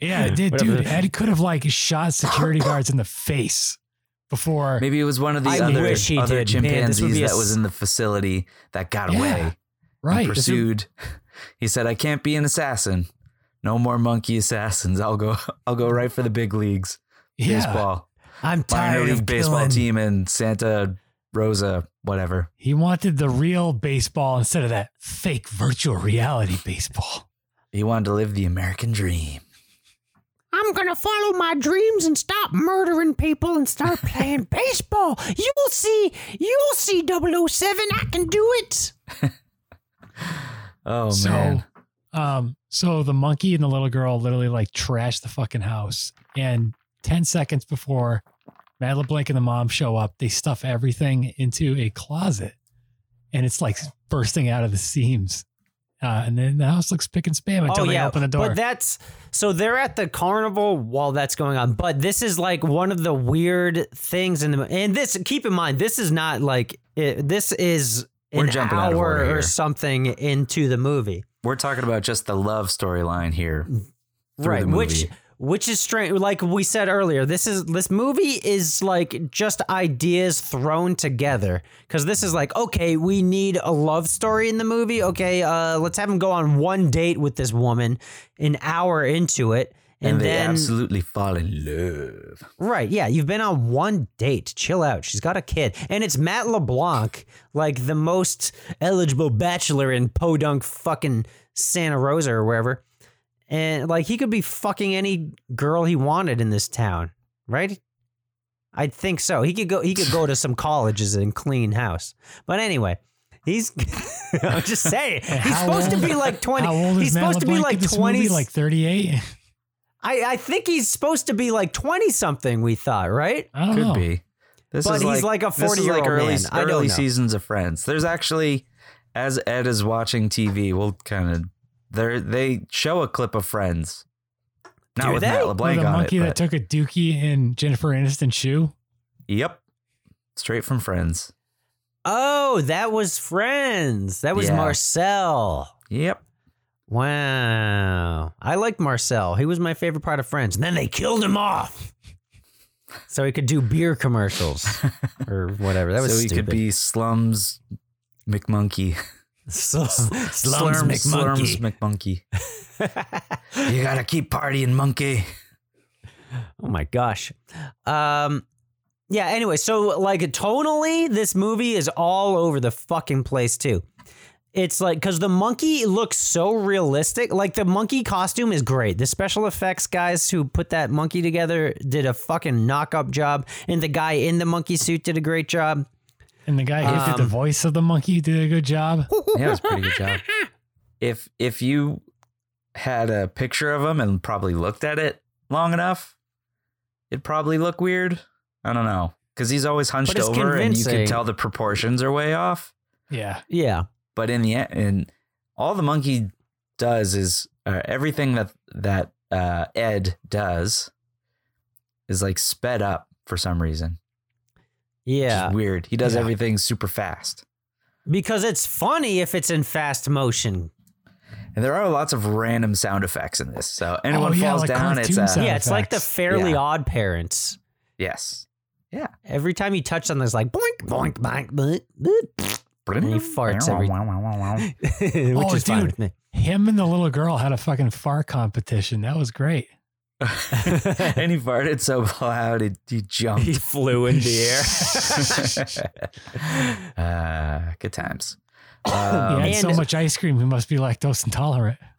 G: Yeah, it did,
C: Whatever.
G: dude. Ed could have like shot security guards in the face before.
D: (laughs) Maybe it was one of the
C: I
D: other,
C: wish he
D: other
C: did. Man, this would
D: chimpanzees
C: be a
D: that was
C: s-
D: in the facility that got
G: Yeah,
D: away. and
G: right. This would-
D: Pursued. He said, I can't be an assassin. No more monkey assassins. I'll go I'll go right for the big leagues.
G: Yeah.
D: Baseball.
C: I'm
D: Minor
C: tired
D: league
C: of
D: baseball
C: killing.
D: team in Santa Rosa, whatever.
G: He wanted the real baseball instead of that fake virtual reality baseball.
D: He wanted to live the American dream.
C: I'm going to follow my dreams and stop murdering people and start (laughs) playing baseball. You'll see. You'll see 007. I can do it.
D: Oh
G: so,
D: man.
G: um, so the monkey and the little girl literally like trashed the fucking house. And ten seconds before Matt LeBlanc and the mom show up, they stuff everything into a closet, and it's like bursting out of the seams. Uh, and then the house looks pick and spam until they open the door.
C: Oh, But that's so they're at the carnival while that's going on. But this is like one of the weird things in the and this keep in mind this is not like it, this is
D: We're
C: an
D: jumping out of
C: hour
D: order
C: or
D: here.
C: something into the movie.
D: We're talking about just the love storyline here. through
C: right
D: the movie.
C: which which is strange like we said earlier this is this movie is like just ideas thrown together because this is like okay we need a love story in the movie okay uh let's have him go on one date with this woman an hour into it and,
D: and, they
C: then
D: absolutely fall in love.
C: right yeah you've been on one date chill out she's got a kid and it's matt leblanc like the most eligible bachelor in podunk fucking santa rosa or wherever and like he could be fucking any girl he wanted in this town, right?
G: (laughs)
C: I think so. He could go. He could go to some colleges and clean house. But anyway, He's. (laughs) I'm just saying. He's
G: How
C: supposed to
G: old-
C: be
G: (laughs)
C: like 20.
G: How old
C: He's
G: is Matt
C: supposed to be
G: LeBlanc
C: like
G: in this
C: 20.
G: movie? Like 38?
C: I, I think he's supposed to be like 20 something, we thought, right?
G: I
D: Could
G: don't
D: be. This
C: but
D: is
C: he's like, a
D: this is
C: 40 year old
D: like early,
C: man. I don't
D: early
C: know.
D: seasons of Friends. There's actually, as Ed is watching TV, we'll kind of there they show a clip of Friends. Not
C: Do
D: with
C: they?
D: Matt
C: With
G: Or
D: LeBlanc
G: the
D: on
G: monkey
D: it.
G: that
D: Oh but-
G: took a dookie in Jennifer Aniston's shoe?
D: yep, straight from Friends.
C: Oh, that was Friends. That was
D: Yeah.
C: Marcel.
D: Yep.
C: Wow. I liked Marcel. He was my favorite part of Friends. And then they killed him off. So he could do beer
D: (laughs)
C: commercials or whatever. That was
D: so he
C: stupid.
D: could be Slums McMonkey. (laughs)
C: Slums,
D: Slurms
C: McMonkey.
D: Slurms
C: (laughs)
D: McMonkey. you gotta keep partying, monkey.
C: Oh my gosh. Um yeah, anyway, so like tonally this movie is all over the fucking place too. It's like cuz the monkey looks so realistic. Like the monkey costume is great. The special effects guys who put that monkey together did a fucking knock up job and the guy in the monkey suit did a great job.
G: And the guy who did the
C: Um,
G: voice of the monkey did a good job.
D: Yeah, it's a pretty good
C: (laughs)
D: job. If if you had a picture of him and probably looked at it long enough, it'd probably look weird. I don't know. Because he's always hunched
C: it's
D: over and you
C: convincing.
D: can tell the proportions are way off.
G: Yeah.
C: Yeah.
D: But in the end, and all the monkey does is uh, everything that that uh, Ed does is like sped up for some reason. Which is
C: Yeah.
D: weird. He does
G: Yeah.
D: everything super fast.
C: Because it's funny if it's in fast motion.
D: And there are lots of random sound effects in this. So anyone
G: Oh, yeah,
D: falls
G: like
D: down, it's uh,
G: cartoon
D: a,
G: sound.
C: yeah, it's like the
G: effects.
C: Fairly
D: Yeah.
C: Odd Parents.
D: yes.
C: Every time you touch something, it's like boink, boink, boink, boink, boink. And he farts every (laughs) Which
G: Oh,
C: is fine
G: dude.
C: with me.
G: Him and the little girl had a fucking fart competition. That was great. (laughs)
D: and he farted so loud it, he jumped.
C: flew in the air.
D: uh, good times. Um,
G: yeah, and so
C: and-
G: much ice cream. He must be lactose intolerant.
C: (laughs)
G: (laughs)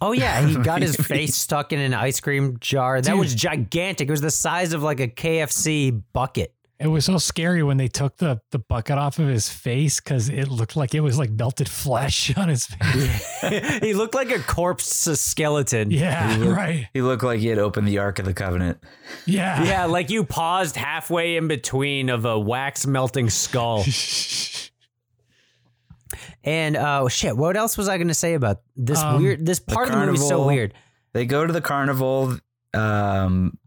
C: Oh yeah, he got his face stuck in an ice cream jar. That was gigantic. It was the size of like a KFC bucket.
G: It was so scary when they took the, the bucket off of his face because it looked like it was like melted flesh (laughs) on his face.
C: (laughs) he looked like a corpse a skeleton.
G: yeah, right.
D: he looked like he had opened the Ark of the Covenant.
G: Yeah.
C: Yeah, like you paused halfway in between of a wax melting skull. and uh, shit, what else was I going to say about this
G: Um,
C: weird? This part of the movie is so
D: carnival.
C: weird.
D: They go to the carnival. Um,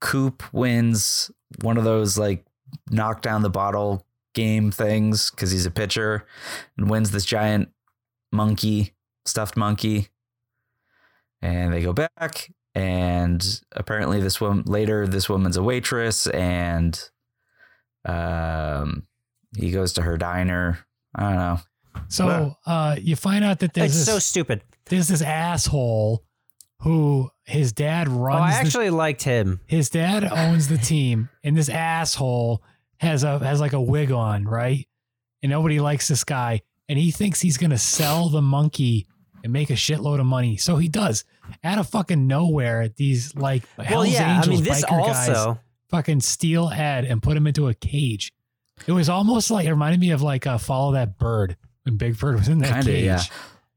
D: Coop wins one of those like knock down the bottle game things because he's a pitcher and wins this giant monkey, stuffed monkey. And they go back. And apparently, this woman later, this woman's a waitress, and um, he goes to her diner. I don't know.
G: So uh, you find out that there's
C: It's
G: this,
C: so stupid.
G: there's this asshole who his dad
C: Oh,
G: runs
C: I
G: the-
C: actually liked him.
G: his dad owns the team and this asshole has a has like a wig on right and nobody likes this guy and he thinks he's gonna sell the monkey and make a shitload of money so he does out of fucking nowhere these like
C: well,
G: Hell's
C: yeah,
G: angels
C: I mean, this
G: biker guys
C: also.
G: fucking steal ed and put him into a cage it was almost like it reminded me of like uh, follow that bird when big bird was in that
D: Kinda,
G: cage
D: yeah.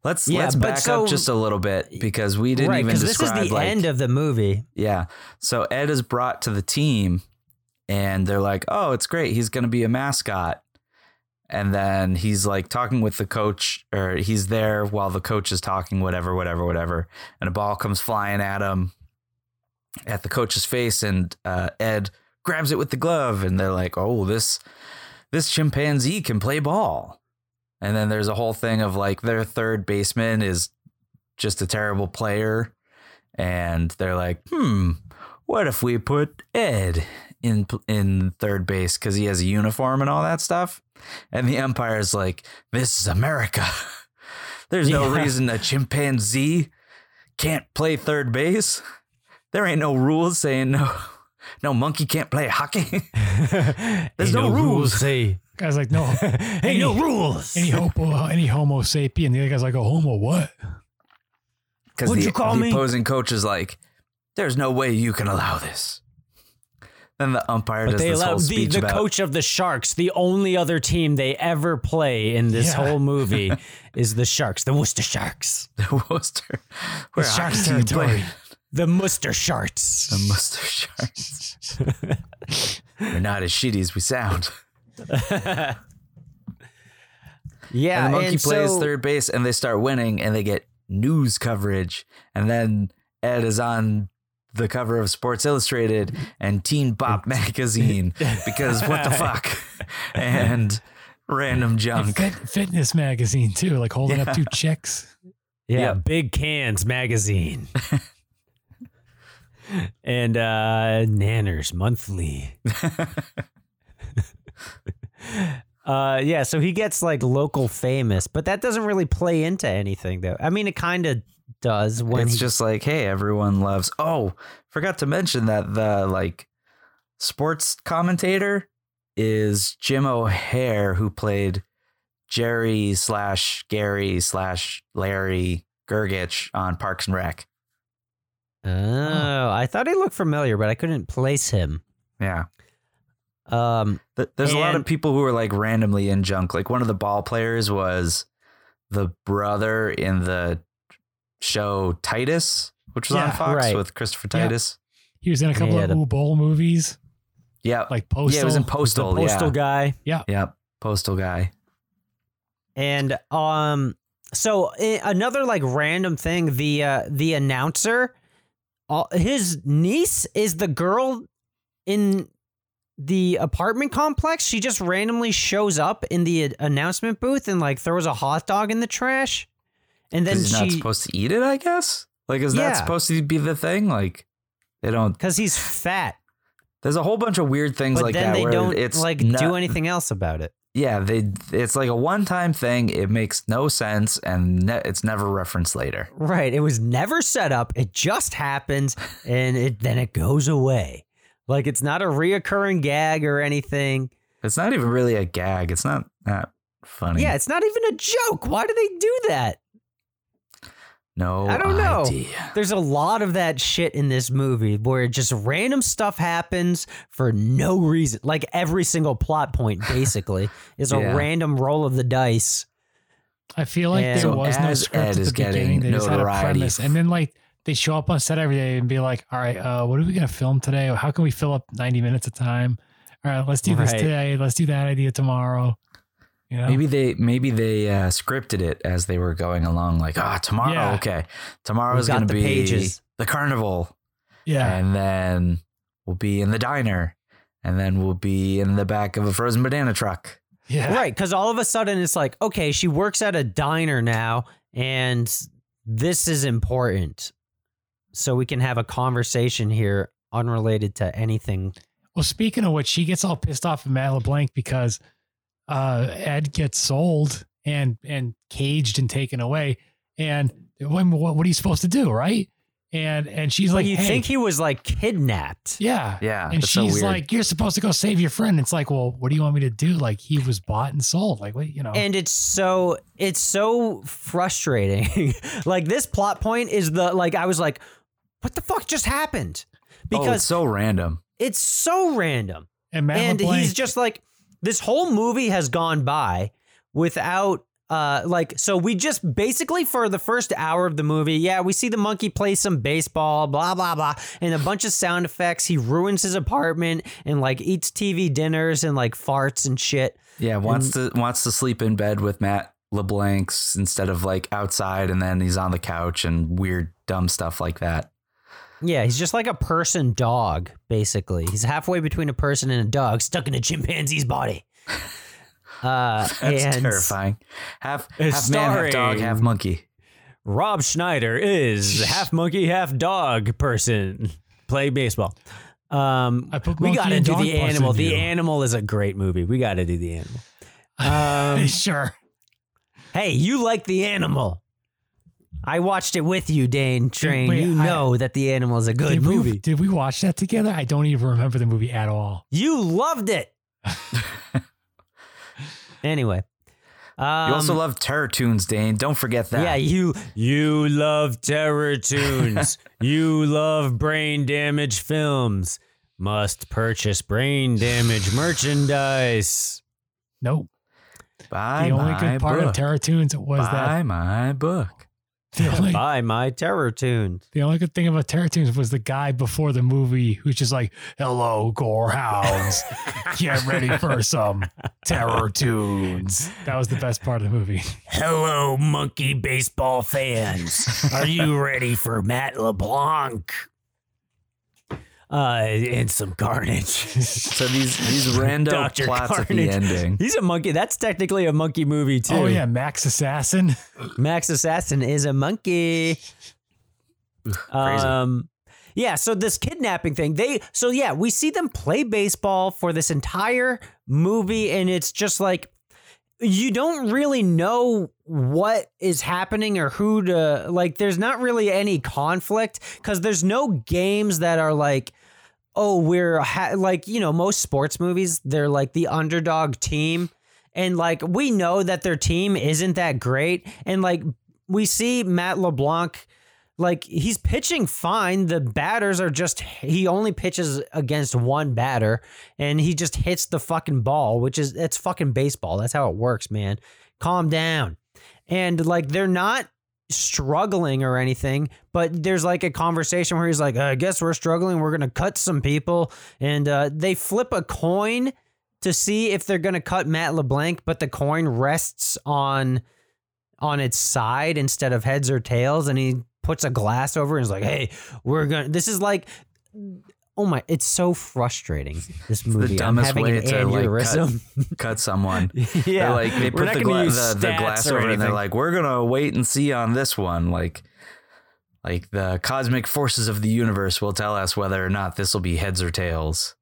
D: Let's
C: Yeah,
D: let's
C: but
D: back
C: so-
D: up just a little bit because we didn't
C: right,
D: even
C: because this is
D: describe
C: the
D: like,
C: end of the movie.
D: Yeah. So Ed is brought to the team and they're like, oh, it's great. He's going to be a mascot. And then he's like talking with the coach, or he's there while the coach is talking, whatever, whatever, whatever. And a ball comes flying at him, at the coach's face, and uh, Ed grabs it with the glove. And they're like, oh, this this chimpanzee can play ball. And then there's a whole thing of like their third baseman is just a terrible player. And they're like, hmm, what if we put Ed in in third base because he has a uniform and all that stuff? And the umpire's like, this is America. (laughs) There's no
C: Yeah.
D: reason a chimpanzee can't play third base. There ain't no rules saying no, (laughs) no monkey can't play hockey. (laughs) There's no, rules.
C: Hey,
G: guy's like no
C: (laughs)
G: any-
C: rules.
G: any homo any homo sapien the other guy's like a homo what
D: Because
C: What'd
D: the,
C: you call
D: the
C: me?
D: opposing coach is like, there's no way you can allow this. Then the umpire does
C: they
D: this whole
C: love the,
D: speech
C: the
D: about
C: coach of the Sharks, the only other team they ever play in this
D: Yeah.
C: whole
G: (laughs)
C: movie, is the Sharks, the Worcester Sharks.
D: (laughs) The Worcester.
C: The
D: We're
C: Sharks
D: hockey team
C: territory.
D: playing.
C: (laughs) The Worcester Sharks.
D: The Worcester Sharks. We're not as shitty as we sound.
C: (laughs) yeah.
D: and the monkey
C: and
D: plays
C: so-
D: third base and they start winning and they get news coverage. And then Ed is on the cover of Sports Illustrated and Teen
C: (laughs)
D: Bop magazine because what the fuck? And random junk.
G: Fit, fitness magazine too, like holding up two chicks.
C: Yeah,
D: Yeah.
C: Big Cans (laughs) magazine. and uh Nanners (laughs) Monthly. uh yeah, so he gets like local famous, but that doesn't really play into anything though. I mean it kind of does when
D: it's
C: he-
D: just like, hey, everyone loves. Oh, forgot to mention that the like sports commentator is Jim O'Hare, who played Jerry slash Gary slash Larry Gergich on Parks and Rec.
C: Oh, I thought he looked familiar, but I couldn't place him.
D: Yeah.
C: Um
D: Th- There's a lot of
C: And-
D: people who are like randomly in junk. Like one of the ball players was the brother in the show Titus, which was on
G: Yeah,
D: Fox
C: right.
D: with Christopher
G: Yeah.
D: Titus.
G: He was in a couple
C: Yeah,
G: of
C: the-
G: Ooh Bowl movies,
D: Yeah.
G: like
D: yeah, it was in
G: Postal.
D: Postal.
C: the postal
D: yeah.
C: guy.
D: Yep. Postal guy.
C: And um, so i another like random thing the uh, the announcer, uh, his niece is the girl in the apartment complex. She just randomly shows up in the announcement booth and like throws a hot dog in the trash, and then
D: he's not
C: she
D: supposed to eat it, I guess. Like, is
C: Yeah.
D: that supposed to be the thing? Like, they don't.
C: because he's fat,
D: There's a whole bunch of weird things
C: but
D: like
C: then
D: that
C: they
D: where
C: don't
D: it's
C: like
D: not-
C: do anything else about it.
D: Yeah, they. It's like a one-time thing. It makes no sense, and ne- it's never referenced later.
C: Right. It was never set up. It just happens and it then it goes away. Like it's not a reoccurring gag or anything.
D: It's not even really a gag. It's not that funny.
C: Yeah, it's not even a joke. Why do they do that?
D: no.
C: I don't know.
D: idea.
C: There's a lot of that shit in this movie where just random stuff happens for no reason. Like every single plot point basically is a
D: (laughs) Yeah.
C: random roll of the dice.
G: I feel like
C: And-
G: there
C: So
G: was no
D: as
G: script
D: Ed
G: at
D: is
G: the
D: getting
G: beginning. They just had a
D: notoriety-
G: premise, and then like they show up on set every day and be like, "All right, uh, what are we gonna film today? How can we fill up ninety minutes of time? All right, let's do this
C: Right.
G: today. Let's do that idea tomorrow." You know,
D: Maybe they maybe they uh, scripted it as they were going along. Like, ah, tomorrow.
G: Yeah.
D: Okay, tomorrow's
C: We got
D: gonna
C: the
D: be
C: pages.
D: the carnival.
G: yeah,
D: and then we'll be in the diner, and then we'll be in the back of a frozen banana truck.
G: yeah.
C: Right, cuz all of a sudden it's like, okay, she works at a diner now and this is important. So we can have a conversation here unrelated to anything.
G: Well, speaking of which, she gets all pissed off at Matt LeBlanc because uh, Ed gets sold and and caged and taken away. And when, what, what are you supposed to do, right? And and she's
C: But
G: like,
C: you
G: "Hey,
C: think he was like kidnapped.
G: yeah,
D: Yeah,
G: And
D: that's so
G: she's
D: weird. Oh,
G: like, "You're supposed to go save your friend." It's like, "Well, what do you want me to do?" Like he was bought and sold. Like what, you know?
C: And it's so it's so frustrating. (laughs) like this plot point is the like I was like, what the fuck just happened?
D: oh, it's
C: Because
D: so random.
C: it's so random.
G: and Matt
C: and
G: LeBlanc-
C: he's just like this whole movie has gone by without uh like so we just basically for the first hour of the movie yeah we see the monkey play some baseball blah blah blah and a bunch of sound effects he ruins his apartment and like eats tv dinners and like farts and shit
D: Yeah, wants to wants to sleep in bed with Matt LeBlanc's instead of like outside, and then he's on the couch and weird dumb stuff like that.
C: yeah he's just like a person dog basically he's halfway between a person and a dog stuck in a chimpanzee's body (laughs) uh
D: That's
C: and
D: terrifying. Half half
C: It's
D: man, half dog,
C: starring-
D: half monkey.
C: Rob Schneider
G: (laughs)
C: is half monkey, half dog person. Play baseball. Um,
G: I put
C: we
G: monkey
C: got to
G: and
C: do
G: dog
C: the
G: parts
C: animal.
G: in
C: The
G: you.
C: animal is a great movie. We got to do the animal. Um,
G: (laughs) sure.
C: hey, you like the animal? I watched it with you, Dane Train.
G: Wait,
C: you
G: I-
C: know that the animal is a good
G: Did
C: movie.
G: we did we watch that together? I don't even remember the movie at all.
C: You loved
G: (laughs)
C: it. anyway, um,
D: You also love terror tunes, Dane. Don't forget that.
C: Yeah, you you
J: (laughs)
C: love terror tunes. you love brain damage films. Must purchase brain
J: (sighs)
C: damage merchandise.
G: Nope.
D: Buy
G: The only
D: my
G: good part
D: book.
G: of Terra Tunes was
D: Buy
G: that
D: my book.
G: the only,
C: Buy my terror tune.
G: the only good thing about Terra Tunes was the guy before the movie who's just like,
C: Oh,
G: "Hello, gore hounds, get ready for some Terror Tunes." That was the best part of the movie.
J: Hello, monkey baseball fans.
C: (laughs)
J: Are you ready for Matt LeBlanc? Uh, and some
C: (laughs)
J: carnage.
D: So these these rando
J: Dr.
D: plots
C: Carnage.
D: at the ending.
C: He's a monkey. That's technically a monkey movie too.
G: Oh yeah, Max Assassin.
C: (laughs) Max Assassin is a
D: (laughs)
C: monkey. Um yeah, so this kidnapping thing, they so yeah, we see them play baseball for this entire movie and it's just like you don't really know what is happening or who to like there's not really any conflict cuz there's no games that are like oh, we're ha- like, you know, most sports movies, they're like the underdog team. And like, we know that their team isn't that great. And like, we see Matt LeBlanc, like, he's pitching fine. The batters are just, he only pitches against one batter and he just hits the fucking ball, which is, it's fucking baseball. That's how it works, man. Calm down. And like, they're not struggling or anything, but there's like a conversation where he's like, I guess we're struggling. We're going to cut some people. And uh, they flip a coin to see if they're going to cut Matt LeBlanc, but the coin rests on on its side instead of heads or tails. And he puts a glass over and is like, hey, we're going to. This is like. Oh my! It's so frustrating. This
D: The
C: movie. I'm
D: dumbest
C: having
D: way
C: an
D: to like
C: aneurysm.
D: cut, cut someone.
C: (laughs) Yeah.
D: They're like they
C: We're
D: put
C: not
D: the,
C: gonna
D: gla-
C: use
D: the, the
C: stats
D: glass
C: or
D: over and they're
C: anything.
D: like, we're gonna wait and see on this one. Like like the cosmic forces of the universe will tell us whether or not this will be heads or tails.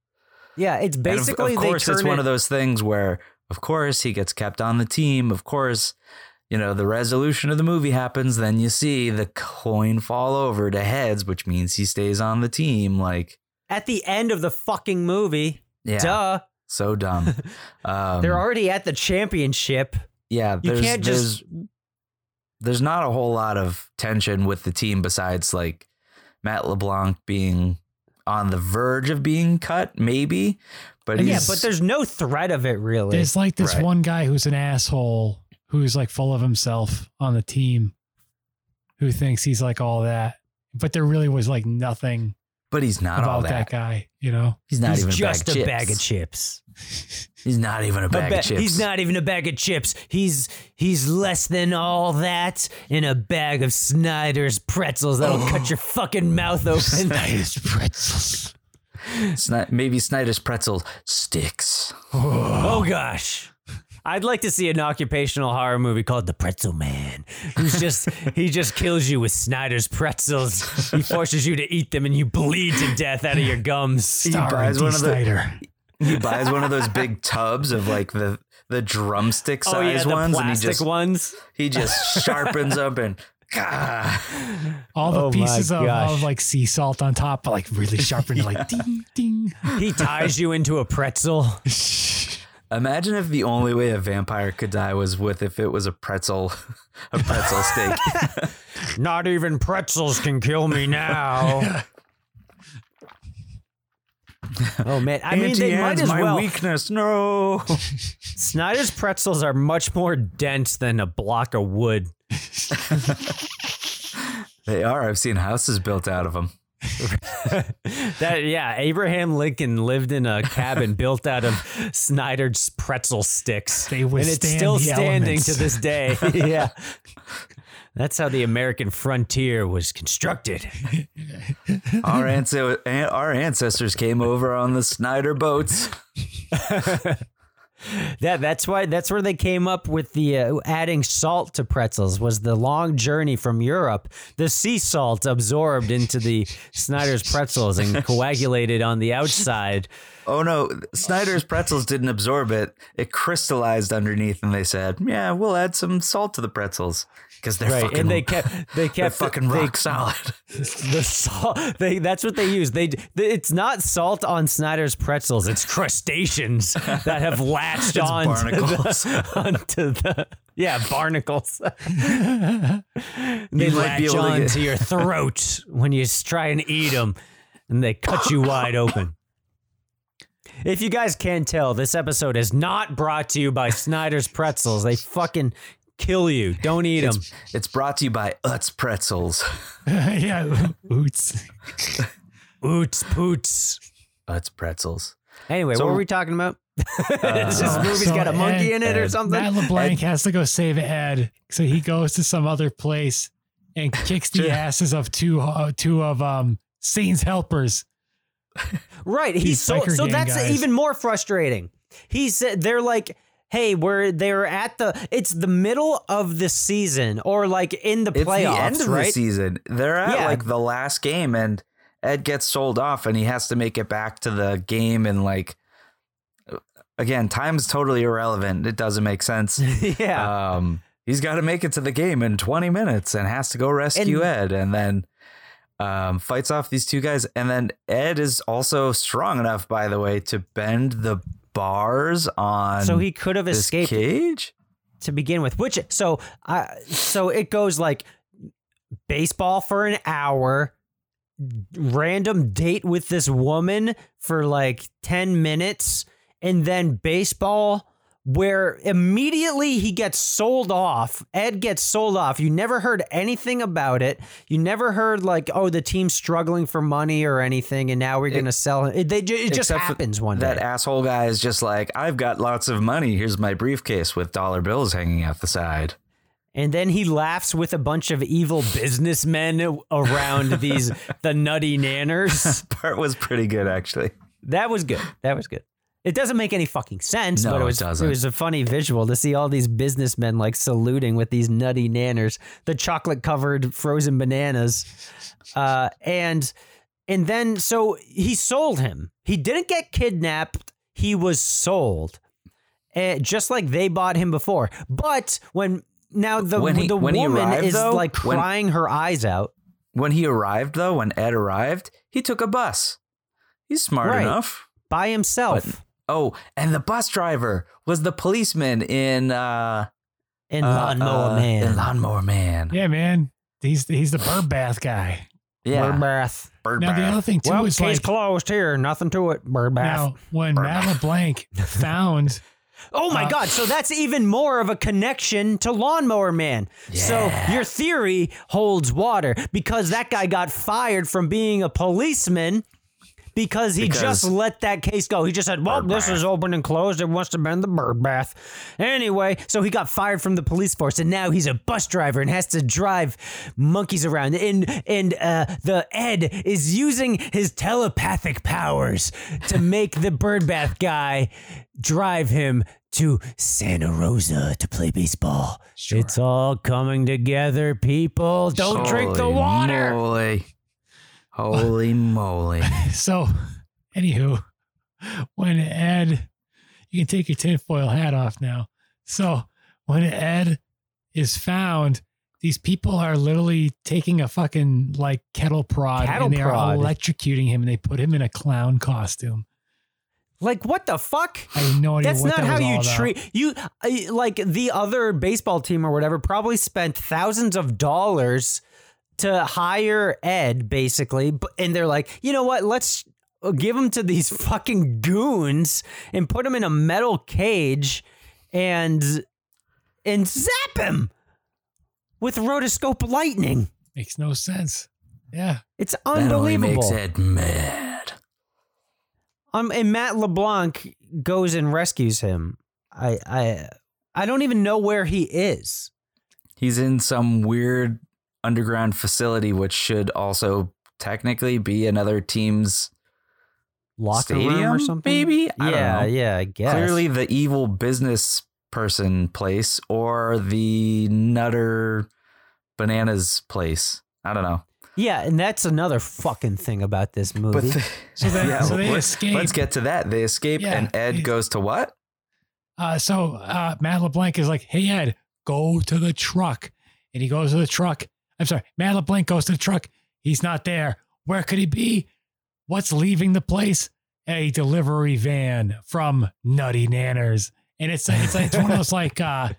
C: yeah, it's
D: And of-
C: basically
D: of, course
C: they turn
D: it's one
C: it-
D: of those things where of course he gets kept on the team. Of course, you know, the resolution of the movie happens, then you see the coin fall over to heads, which means he stays on the team. Like
C: at the end of the fucking movie.
D: Yeah.
C: Duh. (laughs)
D: So dumb. Um,
C: They're already at the championship.
D: yeah.
C: You
D: There's,
C: can't just.
D: there's there's not a whole lot of tension with the team besides like Matt LeBlanc being on the verge of being cut, maybe. But
C: Yeah,
D: he's,
C: but there's no threat of it really.
G: There's like this
D: Right.
G: one guy who's an asshole who's like full of himself on the team who thinks he's like all that. But there really was like nothing
D: but he's not all
G: about
D: that.
G: that. guy, you know?
D: He's not
C: he's
D: even
C: just
D: bag
C: a
D: of
C: bag of
D: chips.
C: chips.
D: He's not even a
C: A
D: bag
C: ba-
D: of chips.
C: He's not even a bag of chips. He's he's less than all that in a bag of Snyder's pretzels
D: (gasps)
C: that'll cut your fucking mouth open.
G: Snyder's pretzels.
D: Sni- maybe Snyder's pretzel sticks.
C: Oh gosh. I'd like to see an occupational horror movie called The Pretzel Man. Who's just he just kills you with Snyder's pretzels. He forces you to eat them and you bleed to death out of your gums.
G: Starring
D: buys
G: D.
D: one of the-
G: Snyder.
D: He buys one of those big tubs of like the the drumstick size
C: Oh yeah, the
D: ones, and he
C: plastic
D: just
C: ones.
D: he just sharpens
C: (laughs)
D: up and. Gah.
G: All the
C: Oh my
G: pieces of, of
C: gosh.
G: like sea salt on top, but like
C: (laughs)
G: really sharpened, like ding, ding.
C: He ties you into a pretzel.
D: Imagine if the only way a vampire could die was with if it was a pretzel, (laughs) a pretzel steak.
C: Not even pretzels can kill me
D: (laughs)
C: now. oh man, (laughs) I mean they might
D: Anti-Anne's
C: as
D: my
C: well.
D: weakness. No, (laughs)
C: Snyder's pretzels are much more dense than a block of wood.
D: they are. I've seen houses built out of them.
C: That yeah, Abraham Lincoln lived in a cabin built out of Snyder's pretzel sticks.
G: They
C: and it's
G: withstand
C: still
G: the
C: standing
G: elements.
C: to this day.
G: (laughs)
C: yeah. That's how the American frontier was constructed. (laughs)
D: Our, ance- an- our ancestors came over on the Snyder boats.
C: That that's why that's where they came up with the uh, adding salt to pretzels was the long journey from Europe. The sea salt absorbed into the Snyder's pretzels and coagulated on the outside.
D: Oh no, Snyder's pretzels didn't absorb it. It crystallized underneath, and they said, "Yeah, we'll add some salt to the pretzels because they're
C: Right,
D: fucking
C: and they
D: (laughs)
C: kept they
D: they're
C: kept
D: fucking
C: they-
D: rock solid." (laughs)
C: the salt. (laughs) They that's what they use. They d- it's not salt on Snyder's pretzels. It's
D: (laughs)
C: crustaceans that have latched on
D: barnacles.
C: The, (laughs) onto the yeah
D: (laughs)
C: barnacles. they
D: You might
C: latch
D: be able to
C: on
D: get-
C: to your throat when you s- try and eat them, and they cut you wide open. If you guys can tell, this episode is not brought to you by Snyder's Pretzels. They fucking kill you. Don't eat them.
D: It's brought to you by Utz Pretzels.
G: (laughs) yeah,
D: (laughs)
G: oots.
C: oots, poots.
D: Utz Pretzels.
C: Anyway,
D: So-
C: what were we talking
D: (laughs)
C: about? (laughs) Is this
G: So-
C: movie's
G: Uh, so
C: got a monkey
G: Ed-
C: in it or something?
G: Matt LeBlanc
C: Ed-
G: has to go save Ed, so he goes to some other place and kicks the asses of two uh, two of um Satan's helpers.
C: right. He's
G: these
C: so
G: biker
C: so
G: gang
C: that's
G: guys.
C: even more frustrating. He said they're like, hey, we're they're at the it's the middle of the season or like in the
D: It's
C: playoffs,
D: the end of
C: right?
D: the season. They're at
C: Yeah.
D: like the last game, and Ed gets sold off, and he has to make it back to the game. And like again, time's totally irrelevant. It doesn't
C: (laughs)
D: make sense.
C: yeah.
D: Um, he's got to make it to the game in 20 minutes and has to go rescue Ed, and then um, fights off these two guys. And then Ed is also strong enough, by the way, to bend the bars on.
C: So he could have
D: Uh, this
C: escaped
D: cage.
C: to begin with. Which so I so it goes like baseball for an hour, random date with this woman for like 10 minutes, and then baseball where immediately he gets sold off. Ed gets sold off. You never heard anything about it. You never heard like, oh, the team's struggling for money or anything, and now we're gonna sell him. It, they, ju- it just
D: Except for
C: happens one day.
D: that asshole guy is just like, I've got lots of money. Here's my briefcase with dollar bills hanging out the side. (laughs)
C: And then he laughs with a bunch of evil businessmen around these (laughs) the nutty nanners.
D: Part was pretty good, actually.
C: That was good. That was good. It doesn't make any fucking sense,
D: No,
C: but it
D: it
C: was
D: doesn't.
C: was a funny visual to see all these businessmen like saluting with these nutty nanners, the chocolate covered frozen bananas. Uh, and and then so he sold him. He didn't get kidnapped, he was sold. Eh, just like they bought him before. But when now the
D: When he-
C: the
D: when he
C: woman
D: arrived,
C: is
D: though,
C: like
D: when-
C: crying her eyes out.
D: When he arrived, though, when Ed arrived, he took a bus. He's smart
C: Right.
D: enough.
C: By himself.
D: Oh, and the bus driver was the policeman in uh,
C: in
D: uh,
C: Lawnmower
D: uh,
C: Man.
D: In Lawnmower Man.
G: Yeah, man, he's he's the bird bath guy.
D: Yeah.
C: Bird bath.
D: Bird
G: Now the
D: bath.
G: other thing too
C: well,
G: is
C: case
G: like
C: closed here. Nothing to it. Bird bath.
G: now when
C: (laughs)
G: Matt LeBlanc found
C: oh my
G: uh,
C: God! So that's even more of a connection to Lawnmower Man. So your theory holds water because that guy got fired from being a policeman. Because he just
D: Because-
C: let that case go. He just said, Well,
D: Bird
C: this
D: bath.
C: is open and closed. It must have been the bird bath. Anyway, so he got fired from the police force and now he's a bus driver and has to drive monkeys around. And and uh, the Ed is using his telepathic powers to make the bird bath guy drive him to Santa Rosa to play baseball. It's all coming together, people. Don't drink the
D: Holy
C: water.
D: Moly.
C: (laughs)
D: Holy moly.
G: so anywho, when Ed you can take your tinfoil hat off now. So when Ed is found, these people are literally taking a fucking like kettle prod
C: Cattle
G: and they
C: prod.
G: are electrocuting him and they put him in a clown costume.
C: Like what the fuck?
G: I have no idea
C: That's
G: what
C: not
G: that
C: how
G: was
C: you
G: all about.
C: treat you I- like the other baseball team or whatever probably spent thousands of dollars to hire Ed basically b- and they're like, "You know what? Let's uh, give him to these (laughs) fucking goons and put him in a metal cage and and zap him with rotoscope lightning."
G: Makes no sense. Yeah.
C: It's
D: That only
C: unbelievable.
D: makes Ed mad.
C: Um, and Matt LeBlanc goes and rescues him. I I I don't even know where he is.
D: He's in some weird underground facility, which should also technically be another team's
C: Locker room
D: Stadium,
C: or something?
D: maybe? I don't
C: yeah,
D: know.
C: yeah. I guess
D: clearly the evil business person place or the nutter bananas place. I don't know.
C: Yeah, and that's another fucking thing about this movie.
D: But the- (laughs)
G: So they- so they
D: let-
G: escape.
D: Let's get to that. They escape,
G: Yeah,
D: and Ed
G: they-
D: goes to what?
G: Uh, so uh, Matt LeBlanc is like, "Hey Ed, go to the truck," and he goes to the truck. I'm sorry, Matt LeBlanc goes to the truck. He's not there. Where could he be? What's leaving the place? A delivery van from Nutty Nanners, and it's it's it's one of those like uh,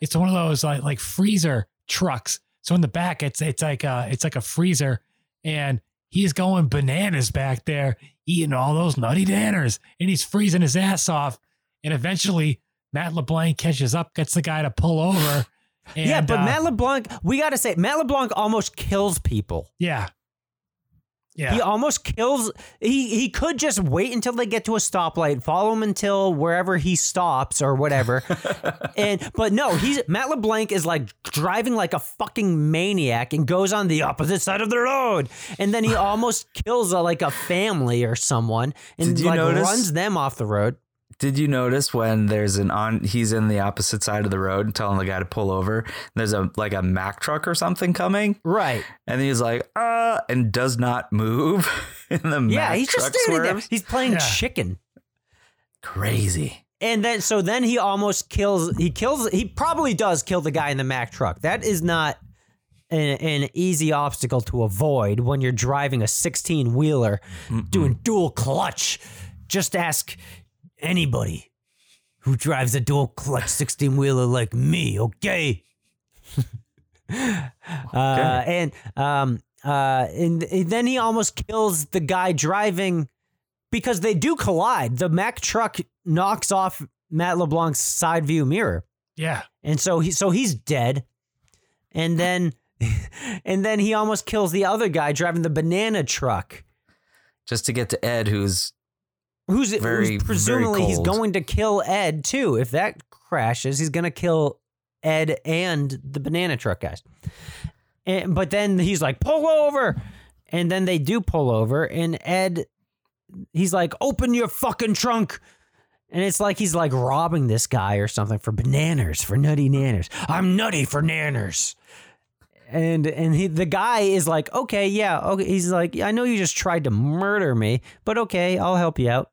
G: it's one of those like like freezer trucks. So in the back, it's it's like uh, it's like a freezer, and he's going bananas back there, eating all those nutty danners and he's freezing his ass off. And eventually, Matt LeBlanc catches up, gets the guy to
C: (laughs)
G: pull over. And,
C: yeah, but
G: uh,
C: Matt LeBlanc, we got to say, Matt LeBlanc almost kills people.
G: Yeah. Yeah.
C: He almost kills. He he could just wait until they get to a stoplight, follow him until wherever he stops or whatever. and but no, he's Matt LeBlanc is like driving like a fucking maniac and goes on the opposite side of the road, and then he almost kills a, like a family or someone and
D: Did you
C: like
D: notice-
C: runs them off the road.
D: Did you notice when there's an on he's in the opposite side of the road and telling the guy to pull over? There's a like a Mack truck or something coming.
C: Right.
D: And he's like, uh and does not move. (laughs) and the
C: Yeah,
D: Mack
C: he's just
D: truck
C: standing there.
D: swerves.
C: He's playing
G: Yeah.
C: chicken.
D: Crazy.
C: And then so then he almost kills he kills he probably does kill the guy in the Mack truck. That is not an, an easy obstacle to avoid when you're driving a 16 wheeler doing dual clutch. Just ask anybody who drives a dual clutch 16 wheeler like me, okay? (laughs) Uh, and um uh and, and then he almost kills the guy driving because they do collide. The Mack truck knocks off Matt LeBlanc's side view mirror.
G: Yeah.
C: And so he so he's dead. And then (laughs) and then he almost kills the other guy driving the banana truck.
D: Just to get to Ed who's
C: Who's
D: Very, very
C: who's presumably he's
D: cold.
C: going to kill Ed too. If that crashes, he's going to kill Ed and the banana truck guys. And but then he's like pull over. And then they do pull over and Ed he's like open your fucking trunk. And it's like he's like robbing this guy or something for bananas, for nutty nanners. I'm nutty for nanners. And and he, the guy is like, okay, yeah, okay. He's like, I know you just tried to murder me, but okay, I'll help you out.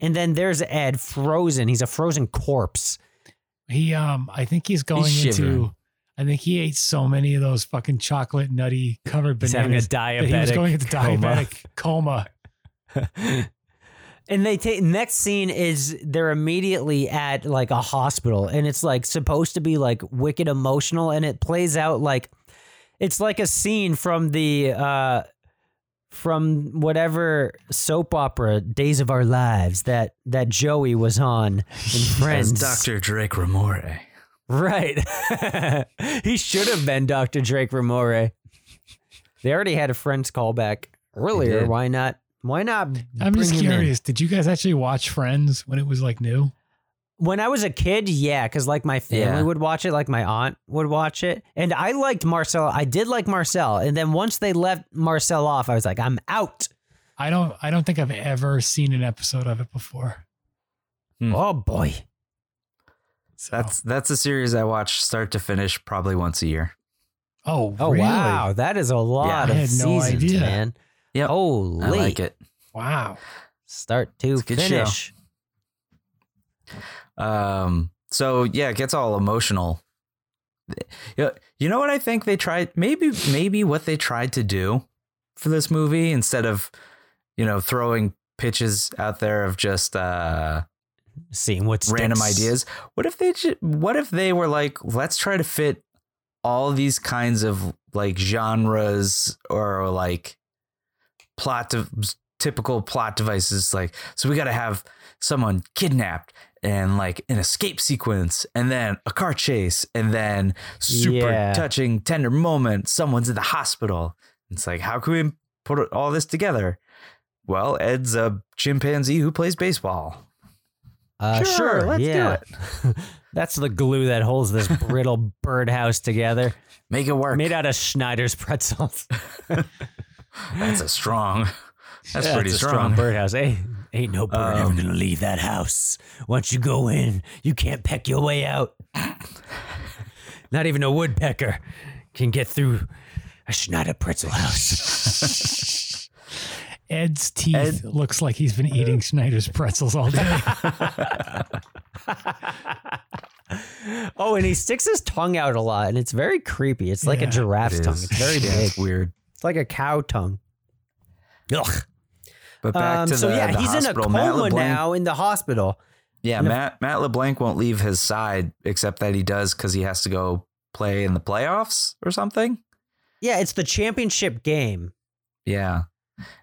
C: And then there's Ed, frozen. He's a frozen corpse.
G: He um I think he's going
D: shivering.
G: into I think he ate so many of those fucking chocolate nutty covered
C: He's having a
G: bananas that he was
C: diabetic
G: going into
C: coma.
G: diabetic coma.
C: (laughs) And they take next scene is they're immediately at like a hospital, and it's like supposed to be like wicked emotional, and it plays out like it's like a scene from the uh from whatever soap opera Days of Our Lives that that Joey was on in
D: as
C: Friends.
D: Dr. Drake Ramore.
C: Right. (laughs) he should have been Dr. Drake Ramore. They already had a Friends callback earlier.
D: did.
C: Why not? Why not?
G: I'm just
C: bring him in?
G: curious, did you guys actually watch Friends when it was like new?
C: when I was a kid, yeah, because like my family
D: Yeah.
C: would watch it, like my aunt would watch it, and I liked Marcel. I did like Marcel, and then once they left Marcel off, I was like, I'm out.
G: I don't I don't think I've ever seen an episode of it before.
D: Hmm.
C: Oh boy,
G: So
D: That's that's a series I watch start to finish probably once a year.
G: oh,
C: oh
G: really?
C: wow, that is a lot
G: I
C: of
G: had no
C: seasons,
G: idea.
C: man.
D: Yep.
C: Holy,
D: I like it.
G: Wow.
C: start to
D: It's a good show.
C: finish.
D: Um, so yeah, it gets all emotional. You know, you know what I think they tried? Maybe, maybe what they tried to do for this movie instead of, you know, throwing pitches out there of just uh,
C: Seeing what's
D: random ideas. What if they? ju- What if they were like, let's try to fit all these kinds of like genres or like plot de- typical plot devices. Like, so we got to have someone kidnapped and like an escape sequence, and then a car chase, and then super
C: Yeah.
D: touching tender moment. Someone's in the hospital. It's like, how can we put all this together? Well, Ed's a chimpanzee who plays baseball.
C: Uh, sure,
D: Sure, let's do
C: yeah. it. (laughs) That's the glue that holds
D: (laughs)
C: this brittle birdhouse together,
D: Make it work.
C: made out of Schneider's
D: (laughs)
C: pretzels.
D: That's a strong. (laughs) That's pretty
C: a
D: strong. Um,
C: birdhouse. Hey, ain't no bird ever gonna leave that house. Once you go in, you can't peck your way out. (laughs) Not even a woodpecker can get through a Schneider pretzel
D: (laughs)
C: house.
G: Ed's teeth
D: Ed-
G: looks like he's
C: Uh,
G: been eating Schneider's pretzels all day.
C: oh, and he sticks his tongue out a lot, and it's very creepy. It's like a
G: Yeah,
C: giraffe's
D: It
C: tongue.
D: is.
C: It's very
D: Yeah,
C: big.
D: it's weird.
C: It's like a cow tongue. Ugh.
D: But back
C: Um,
D: to the,
C: so yeah,
D: the
C: he's in a
D: hospital.
C: coma
D: Matt LeBlanc,
C: now in the hospital.
D: Yeah, Matt Matt LeBlanc won't leave his side except that he does because he has to go play in the playoffs or something.
C: Yeah, it's the championship game.
D: Yeah,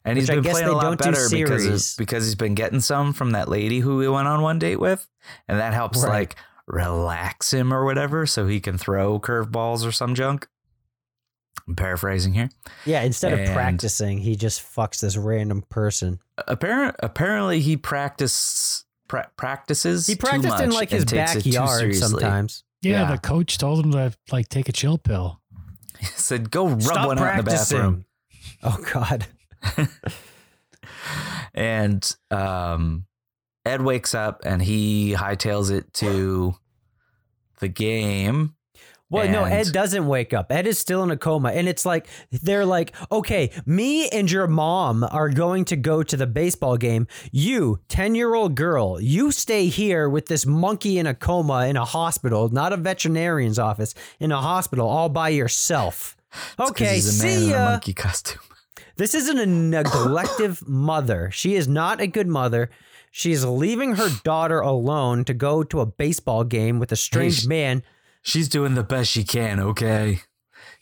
D: And he's
C: Which I
D: been
C: guess
D: playing
C: they
D: a lot
C: don't do
D: better because,
C: series.
D: of- because he's been getting some from that lady who we went on one date with. And that helps
C: Right.
D: like relax him or whatever so he can throw curveballs or some junk. I'm paraphrasing here.
C: Yeah, instead of
D: And-
C: practicing, he just fucks this random person.
D: Apparent, apparently he practice, pra- practices.
C: He
D: too
C: practiced in
D: much
C: like his
D: and takes it too
C: backyard
D: seriously.
C: sometimes.
G: Yeah,
D: Yeah.
G: the coach told him to like take a chill pill.
D: (laughs) He said, "Go rub
C: Stop
D: one out in the
C: practicing.
D: bathroom."
C: Oh God.
D: And um, Ed wakes up and he hightails it to the game.
C: Well, no,
D: And-
C: Ed doesn't wake up. Ed is still in a coma. And it's like, they're like, okay, me and your mom are going to go to the baseball game. You, 10 year old girl, you stay here with this monkey in a coma in a hospital, not a veterinarian's office, in a hospital all by yourself.
D: It's 'cause
C: Okay,
D: he's a man
C: see
D: in a
C: ya.
D: monkey costume. (laughs)
C: This isn't a neglective (coughs) mother. She is not a good mother. She's leaving her daughter alone to go to a baseball game with a strange
D: sh-
C: man.
D: She's doing the best she can. Okay.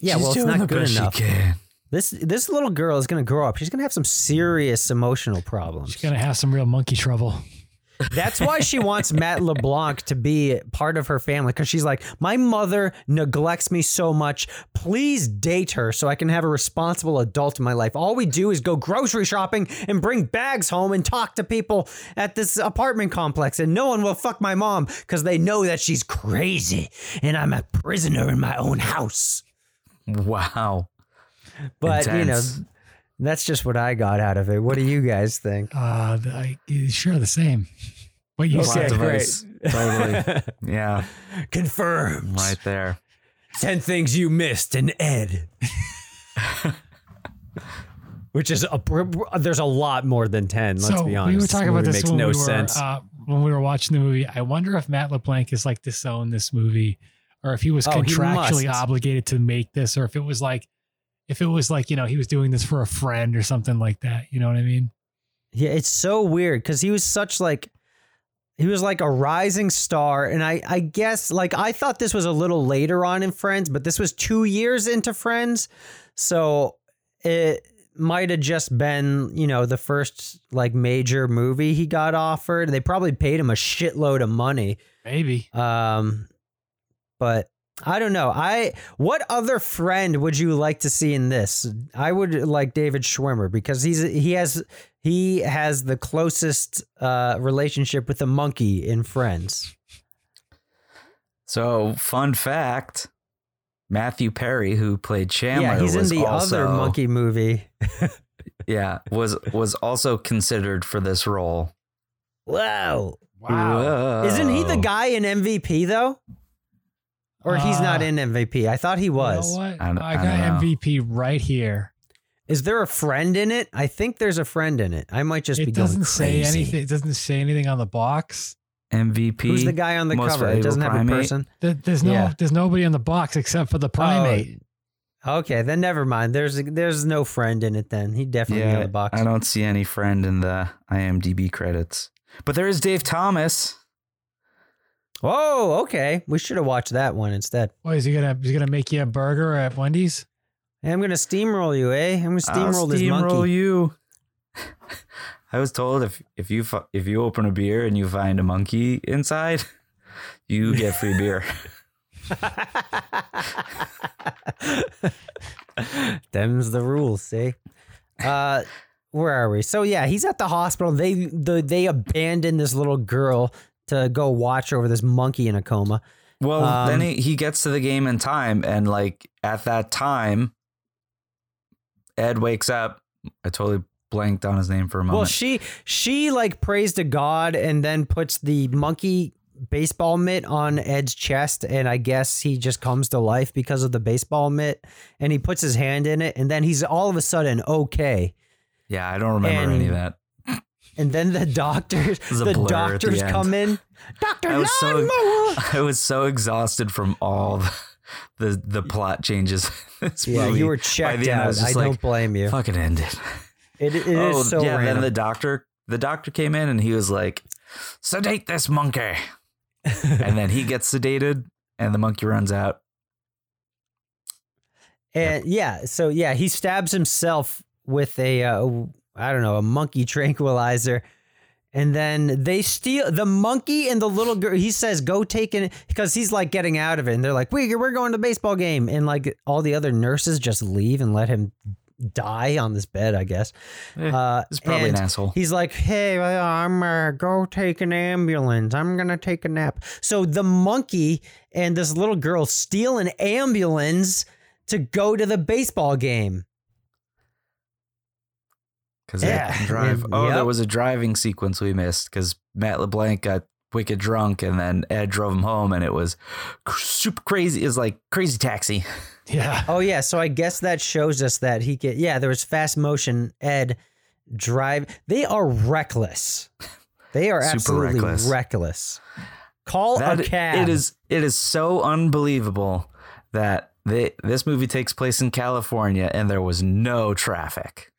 C: Yeah,
D: She's
C: well, it's
D: doing
C: not
D: the
C: good
D: best
C: enough.
D: She can.
C: This this little girl is gonna grow up. She's gonna have some serious emotional problems.
G: (laughs) She's gonna have some real monkey trouble.
C: That's why she wants Matt LeBlanc to be part of her family because she's like, my mother neglects me so much. Please date her so I can have a responsible adult in my life. All we do is go grocery shopping and bring bags home and talk to people at this apartment complex, and no one will fuck my mom because they know that she's crazy and I'm a prisoner in my own house.
D: Wow.
C: But
D: Intense.
C: you know, that's just what I got out of it. What do you guys think?
G: Uh, I, sure the same. What you
D: Plot
G: said.
D: device. Totally.
C: (laughs)
D: yeah.
C: Confirmed.
D: Right there.
C: 10 things you missed in Ed. (laughs) Which is a, there's a lot more than 10, let's
G: so
C: be honest.
G: we were talking about
C: movie
G: this
C: makes
G: when
C: no
G: we were
C: sense.
G: Uh, when we were watching the movie. I wonder if Matt LeBlanc is like disowned this movie, or if he was
C: Oh, he
G: contractually
C: must.
G: obligated to make this, or if it was like, if it was like you know he was doing this for a friend or something like that. You know what I mean?
C: yeah, it's so weird cuz he was such like he was like a rising star and I I guess like I thought this was a little later on in Friends, but this was 2 years into Friends. So it might have just been, you know, the first like major movie he got offered. They probably paid him a shitload of money.
G: Maybe.
C: Um, but I don't know. I what other friend would you like to see in this? I would like David Schwimmer because he's he has he has the closest uh, relationship with a monkey in Friends.
D: So, fun fact Matthew Perry, who played Chandler,
C: yeah, he's in
D: was
C: the
D: also,
C: other monkey movie.
D: Yeah, was was also considered for this role.
C: Wow.
D: Wow,
C: Isn't he the
D: Oh.
C: guy in MVP though? Or he's not
G: Uh,
C: in MVP. I thought he was.
G: You know what?
D: I don't-
G: I,
D: I
G: got
D: don't know.
G: MVP right here.
C: Is there a friend in it? I think there's a friend in it. I might just be
G: it
C: going
G: doesn't say
C: crazy.
G: anything. It doesn't say anything on the box.
D: MVP?
C: Who's the guy on the
D: most
C: cover? It doesn't have
D: valuable
C: a
D: primate.
C: person. Oh,
G: There- There's no.
C: Yeah. Oh,
G: There's nobody in the box except for the primate.
C: Okay, then never mind. There's there's no friend in it. Then he definitely on
D: Yeah,
C: the box.
D: I don't see any friend in the IMDb credits, but there is Dave Thomas.
C: Whoa, Oh, okay. We should have watched that one instead.
G: What is he gonna? He's gonna make you a burger at Wendy's. (laughs)
C: Hey, I'm gonna steamroll you, eh? I'm gonna
D: I'll
C: steamroll this
D: Uh, steamroll
C: monkey.
D: you. (laughs) I was told if if you fi- if you open a beer and you find a monkey inside, (laughs) you get free beer.
C: (laughs) Them's the rules, see? Uh where are we? So yeah, he's at the hospital. They the, they abandon this little girl to go watch over this monkey in a coma.
D: Well,
C: Um,
D: then he, he gets to the game in time, and like at that time, Ed wakes up. I totally blanked on his name for a moment.
C: Well, she she like prays to God and then puts the monkey baseball mitt on Ed's chest, and I guess he just comes to life because of the baseball mitt, and he puts his hand in it, and then he's all of a sudden okay.
D: yeah, I don't remember any of
C: and-
D: that.
C: And then the doctors,
D: is a
C: the
D: blur at the
C: doctors
D: end.
C: come in. Doctor
D: I was so- (laughs)
C: Lawnmower.
D: I was so exhausted from all the the, the plot changes. (laughs) in This
C: yeah,
D: movie.
C: you were
D: By the
C: checked
D: end, I
C: out.
D: was
C: I,
D: just
C: don't
D: like,
C: blame you.
D: Fucking end it. Oh,
C: It, it is so
D: yeah.
C: random.
D: Then the doctor, the doctor came in and he was like, "Sedate this
C: (laughs)
D: monkey," and then he gets sedated, and the monkey runs out.
C: And yeah, so yeah, he stabs himself with a uh, I don't know a monkey tranquilizer, and then they steal the monkey and the little girl. He says, "Go take it," because he's like getting out of it, and they're like, "We we're going to baseball game," and like all the other nurses just leave and let him die on this bed, I guess. Uh,
D: Eh, he's probably an
C: and
D: asshole.
C: He's like, "Hey, I'm uh, go take an ambulance. I'm gonna take a nap." So the monkey and this little girl steal an ambulance to go to the baseball game.
D: Because they
C: Yeah.
D: can drive. Oh,
C: Yep.
D: there was a driving sequence we missed because Matt LeBlanc got wicked drunk and then Ed drove him home and it was cr- super crazy. It was like crazy taxi.
G: Yeah.
C: Oh yeah. So I guess that shows us that he could. Yeah, there was fast motion. Ed drive. They are reckless. They are
D: Super
C: absolutely
D: reckless.
C: reckless. Call
D: That-
C: a cab.
D: It is it is so unbelievable that they, this movie takes place in California and there was no traffic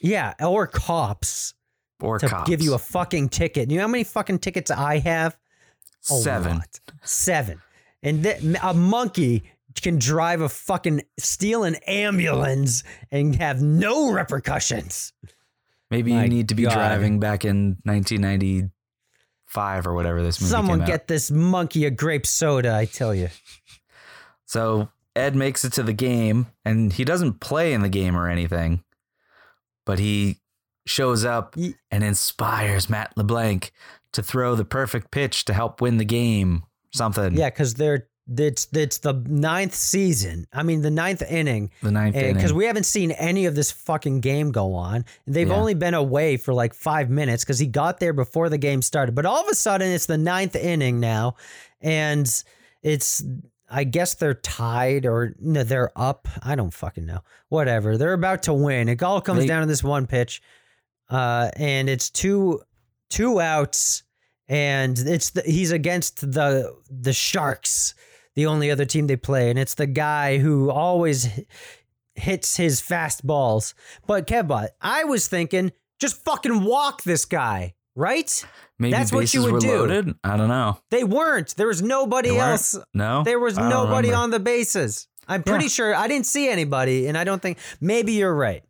C: Yeah, or cops.
D: or
C: to
D: cops.
C: give you a fucking ticket. You know how many fucking tickets I have? A
D: Seven.
C: lot. Seven. And th- a monkey can drive a fucking steal an ambulance and have no repercussions.
D: Maybe
C: My
D: you need to be
C: God.
D: driving back in 1995 or whatever this movie
C: Someone
D: came out.
C: get this monkey a grape soda, I tell you.
D: So Ed makes it to the game and he doesn't play in the game or anything, but he shows up and inspires Matt LeBlanc to throw the perfect pitch to help win the game. Something.
C: Yeah, because they're it's it's the ninth season. I mean the ninth inning.
D: The ninth inning.
C: Because eh, we haven't seen any of this fucking game go on. They've
D: Yeah.
C: only been away for like five minutes because he got there before the game started. But all of a sudden, it's the ninth inning now, and it's I guess they're tied or no, they're up. I don't fucking know. Whatever. They're about to win. It all comes
D: They-
C: down to this one pitch, uh, and it's two two outs, and it's the, he's against the the Sharks, the only other team they play, and it's the guy who always h- hits his fastballs. But Kevbot, I was thinking, just fucking walk this guy, right?
D: Maybe
C: That's what
D: bases
C: you would
D: were
C: do.
D: loaded. I don't know.
C: They weren't. There was nobody
D: They weren't?
C: else.
D: No?
C: (laughs) There was
D: I don't
C: nobody
D: remember.
C: on the bases. I'm pretty
D: Yeah.
C: sure I didn't see anybody, and I don't think maybe you're right.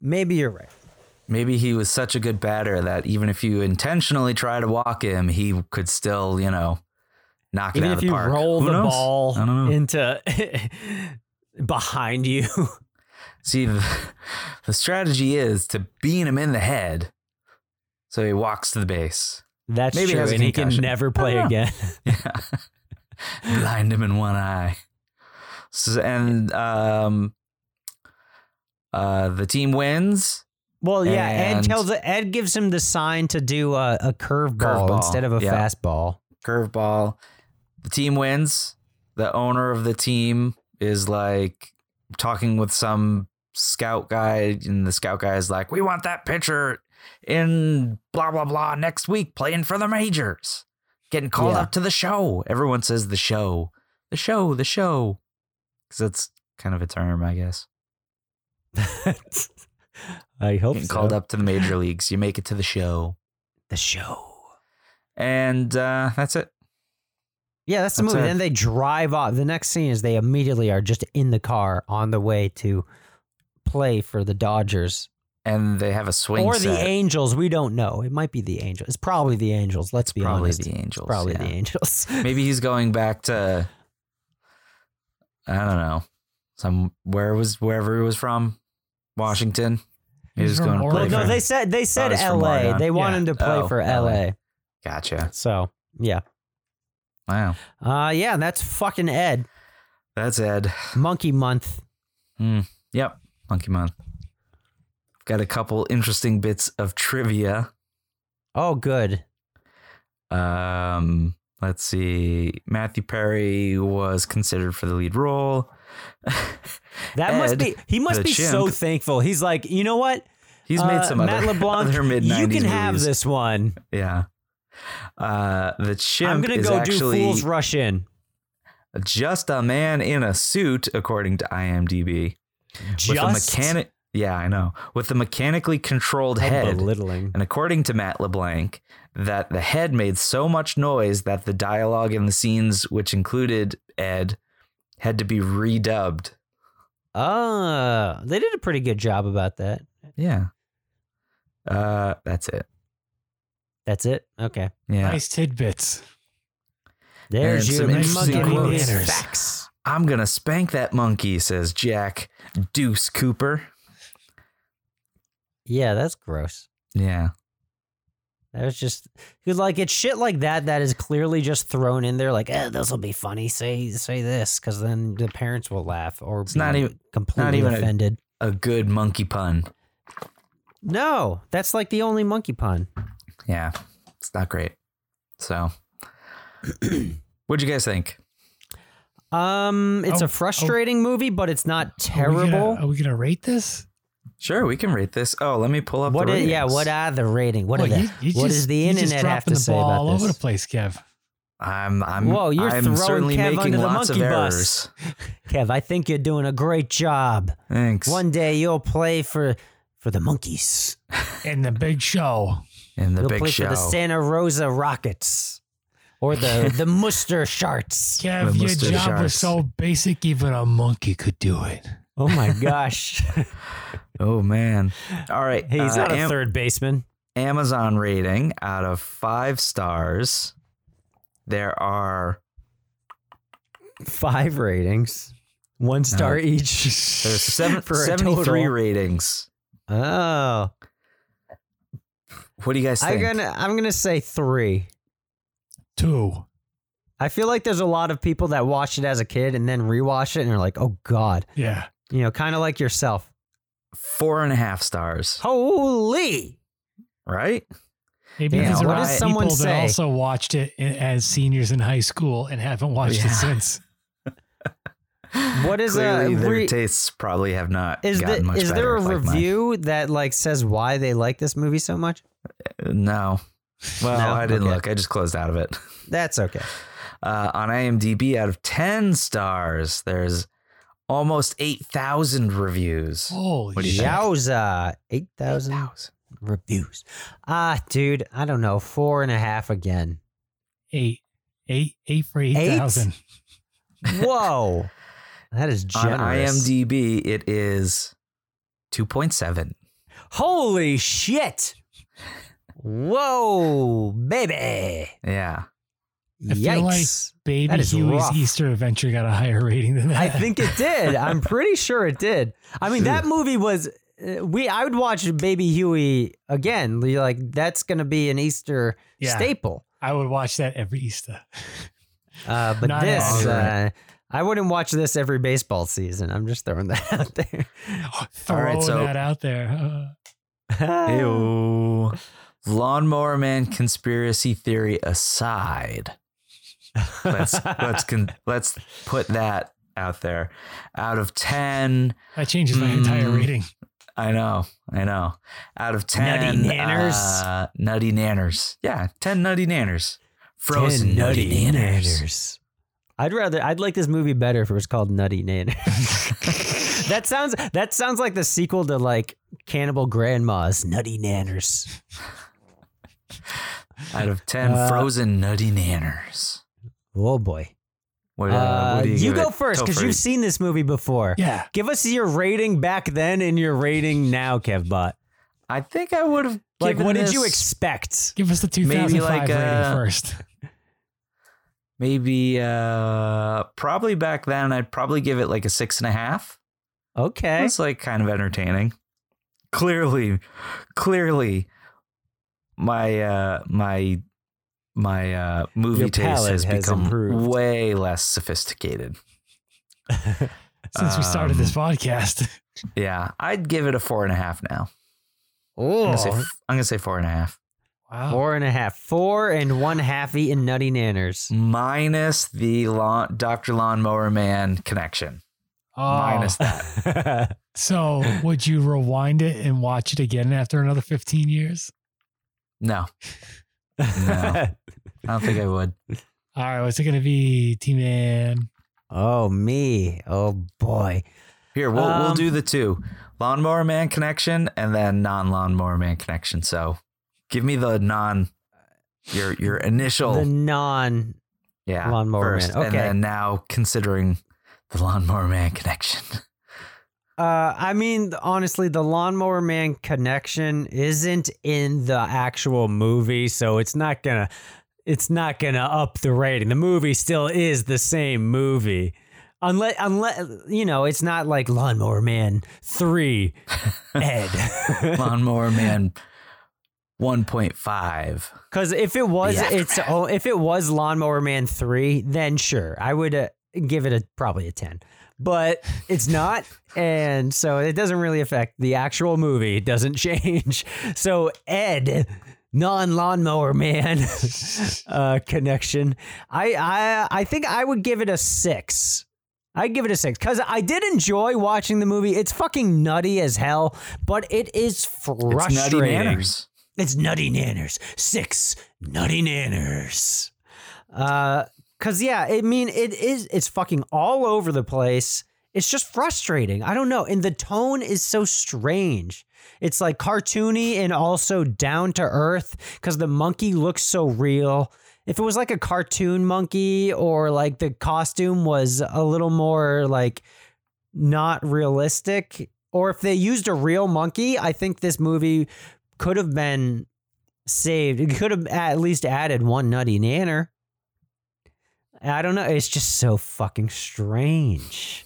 C: Maybe you're right.
D: Maybe he was such a good batter that even if you intentionally try to walk him, he could still, you know, knock it
C: Even
D: out
C: if
D: of the
C: you
D: park.
C: roll
D: Who
C: the
D: knows?
C: ball
D: I don't know.
C: into (laughs) behind you. (laughs)
D: See, (laughs) the, the strategy is to bean him in the head so he walks to the base.
C: That's
D: Maybe he
C: true,
D: has a
C: and he can
D: concussion.
C: never
D: I
C: play
D: don't know.
C: again. (laughs)
D: (laughs) Blind him in one eye. So, and um, uh, the team wins.
C: Well, yeah, Ed
D: And-
C: tells Ed gives him the sign to do a, a curveball
D: Curveball,
C: instead of a
D: yeah.
C: fastball. (laughs)
D: Curveball. The team wins. The owner of the team is like talking with some scout guy, and the scout guy is like, We want that pitcher in blah, blah, blah next week playing for the majors, getting called
C: Yeah.
D: up to the show. Everyone says the show, the show, the show. Because that's kind of a term, I guess.
C: I hope
D: Getting
C: so.
D: called up to the major leagues. You make it to the show.
C: the show.
D: And uh, that's it.
C: Yeah, that's the
D: That's
C: movie.
D: it.
C: Then they drive off. The next scene is they immediately are just in the car on the way to play for the Dodgers
D: And they have a swing
C: or
D: set.
C: the Angels. We don't know. It might be the Angels. It's probably the Angels. Let's be
D: probably
C: honest.
D: the Angels,
C: It's probably
D: yeah.
C: the
D: (laughs)
C: Angels. Oh,
D: Maybe he's going back to I don't know. Some where was wherever he was from? Washington. He
G: He's
D: was
G: from
D: going to play
G: Oregon.
C: no,
D: for-
C: they said they said
D: it's from
C: L.A.
D: Oregon.
C: They want
G: Yeah.
C: him to play
D: Oh,
C: for
D: LA.
C: L.A.
D: Gotcha.
C: So yeah,
D: Wow.
C: uh, yeah, that's fucking Ed.
D: That's Ed.
C: Monkey Month.
D: Hmm. Yep. Monkey Month. Got a couple interesting bits of trivia.
C: Oh, good.
D: Um, let's see. Matthew Perry was considered for the lead role. (laughs)
C: That must
D: Ed,
C: be. He must
D: the
C: be so
D: chimp.
C: thankful. He's like, you know what?
D: He's made
C: Uh,
D: some
C: Matt
D: (laughs) other,
C: LeBlanc.
D: other mid
C: you
D: 90s
C: can have this one.
D: Yeah. Uh, the chimp
C: I'm gonna
D: is
C: go
D: actually
C: do Fools Rush in.
D: just a man in a suit, according to IMDb.
C: Just
D: With a mechanic. Yeah, I know. With a mechanically controlled
C: How
D: head.
C: belittling.
D: And according to Matt LeBlanc, that the head made so much noise that the dialogue in the scenes, which included Ed, had to be redubbed.
C: Ah, they did a pretty good job about that.
D: Yeah. Uh, that's it.
C: That's it. Okay.
D: Yeah.
G: Nice tidbits.
C: There's
D: And
C: your
D: some interesting
C: muggy
D: quotes.
C: manners.
D: I'm gonna spank that monkey, says Jack Deuce Cooper.
C: Yeah, that's gross.
D: Yeah.
C: That was just because like it's shit like that that is clearly just thrown in there. Like, eh, this will be funny. Say say this because then the parents will laugh or
D: It's
C: be
D: not even
C: completely
D: not even a-
C: offended.
D: a good monkey pun.
C: No, that's like the only monkey pun.
D: Yeah. It's not great. (clears throat) So what'd you guys think?
C: Um, it's
G: Oh,
C: a frustrating movie, but it's not terrible.
G: Are we gonna rate this?
D: Sure, we can rate this. Oh, let me pull up
C: What
D: the
C: is, yeah,
D: ratings.
C: what are the rating? What,
G: Well,
C: are the,
G: you- you
C: what
G: just-
C: does the
G: you just
C: internet have
G: dropping
C: to
G: the
C: say
G: ball
C: about
G: all
C: this?
G: over the place, Kev.
D: I'm I'm
C: Whoa, you're
D: I'm
C: throwing
D: certainly
C: Kev
D: making
C: under the
D: lots of
C: monkey bus.
D: errors.
C: Kev, I think you're doing a great job.
D: Thanks.
C: One day you'll play for for the monkeys.
G: And the big show.
D: in the
C: you'll
D: big
C: play
D: show.
C: for the Santa Rosa Rockets or the
G: (laughs)
C: the Worcester Sharks.
G: Kev,
D: The
G: your
D: mustard
G: job
D: sharks.
G: was so basic, even a monkey could do it.
C: Oh my (laughs) gosh,
D: oh man. All right.
C: he's
D: uh,
C: not a
D: Am-
C: third baseman.
D: Amazon rating out of five stars. There are
C: Five ratings, one star each. (laughs)
D: there's seven,
C: For a
D: 73
C: total.
D: ratings.
C: Oh,
D: What do you guys
C: I'm
D: think?
C: gonna I'm gonna say three.
G: Two.
C: I feel like there's a lot of people that watched it as a kid and then rewatch it and are like, oh God.
G: Yeah.
C: You know, kind of like yourself.
D: Four and a half stars.
C: Holy.
D: Right?
G: Maybe
D: Yeah,
G: these are
D: what
G: all
D: does
C: someone
G: people
C: say?
G: that also watched it i- as seniors in high school and haven't watched
D: Yeah.
G: it since.
C: (laughs) What is
D: Clearly,
C: a
D: their
C: uh, re-
D: tastes probably have not
C: is,
D: gotten
C: the,
D: much
C: is there
D: better.
C: a
D: like mine.
C: review that like says why they like this movie so much?
D: No. Well,
C: No?
D: I didn't
C: Okay.
D: look. I just closed out of it.
C: That's okay.
D: Uh, on IMDb, out of 10 stars, there's almost 8,000 reviews.
G: Holy
D: What do you
G: shit.
D: think?
C: Yowza. 8,000
D: 8,000.
C: reviews. Ah, dude, I don't know. Four and a half again.
G: Eight. Eight. Eight for 8,000.
C: Whoa. (laughs) that is
D: On
C: generous.
D: IMDb, it is 2.7.
C: Holy shit. Whoa, baby.
D: Yeah.
G: I feel like
C: Yikes.
G: Baby
C: That is
G: Huey's
C: rough.
G: Easter Adventure got a higher rating than that.
C: I think it did. I'm pretty sure it did. I mean, that movie was uh, we. I would watch Baby Huey again. You're Like that's gonna be an Easter
G: Yeah.
C: staple.
G: I would watch that every Easter. (laughs)
C: Uh, but
G: Not
C: this,
G: all
C: uh, I wouldn't watch this every baseball season. I'm just throwing that (laughs) out there.
G: Throwing
D: so-
G: that out there. Uh,
D: Ew. (laughs) Lawnmower Man conspiracy theory aside, let's
C: (laughs)
D: let's con- let's put that out there. Out of ten,
G: that changes my entire
D: Mm.
G: rating.
D: I know, I know. Out of
C: Nutty
D: ten,
C: nanners?
D: uh, nutty nanners. Yeah, ten nutty nanners. Frozen
C: Ten
D: nutty, nanners.
C: I'd rather. I'd like this movie better if it was called Nutty
D: (laughs)
C: Nanners. that sounds. That sounds like the sequel to like Cannibal Grandma's Nutty Nanners.
D: Out of ten,
C: Uh,
D: frozen nutty nanners.
C: Oh boy.
D: What, uh,
C: Uh,
D: what do
C: you
D: you, give
C: go
D: it?
C: first because
D: Topher,
C: you've seen this movie before.
G: Yeah.
C: Give us your rating back then and your rating now, Kevbot.
D: I think I would have.
C: Like, what did you
D: expect?
C: expect?
G: Give us the 2005
D: like,
G: rating
D: uh,
G: first.
D: (laughs) maybe uh probably back then i'd probably give it like a six and a half
C: Okay.
D: it's like kind of entertaining clearly clearly my uh my my uh movie
C: Your
D: taste
C: palate
D: has,
C: has
D: become
C: improved.
D: way less sophisticated
G: Since we started this
D: Um,
G: podcast. (laughs)
D: yeah i'd give it a four and a half now i'm
C: Oh,
D: gonna say, f- I'm gonna say four and a half
G: Wow.
C: four and a half, four and one half eaten nutty nanners.
D: minus the lawn, dr lawnmower man connection
G: Oh.
D: minus that (laughs)
G: So would you rewind it and watch it again after another 15 years?
D: no (laughs) No. i don't think i would
G: All right, what's it going to be, T-Man?
C: (laughs) oh me, oh boy.
D: Here, we'll we'll
C: Um,
D: do the two. Lawnmower man connection and then non lawnmower man connection. So give me the non your your initial
C: The non.
D: yeah
C: Lawnmower Man.
D: first,
C: Okay. (laughs)
D: And then now considering the lawnmower man connection.
C: Uh, I mean, honestly, the Lawnmower Man connection isn't in the actual movie, so it's not gonna, it's not gonna up the rating. The movie still is the same movie, unless, unless you know, it's not like Lawnmower Man Three, Ed. (laughs)
D: Lawnmower Man 1.5.
C: Because if it was
D: The
C: its oh, if it was Lawnmower Man three, then sure, I would uh, give it a probably a ten. But it's not, and so it doesn't really affect the actual movie. It doesn't (laughs) change. So Ed, non Lawnmower Man (laughs) uh, connection, I I I think I would give it a six. I give it a six because I did enjoy watching the movie. It's fucking nutty as hell, but it is frustrating.
D: nanners.
C: It's nutty nanners. Six nutty nanners. Uh, cause yeah, I mean it is. It's fucking all over the place. It's just frustrating. I don't know. And the tone is so strange. It's like cartoony and also down to earth because the monkey looks so real. If it was like a cartoon monkey or like the costume was a little more like not realistic or if they used a real monkey i think this movie could have been saved it could have at least added one nutty nanner i don't know it's just so fucking strange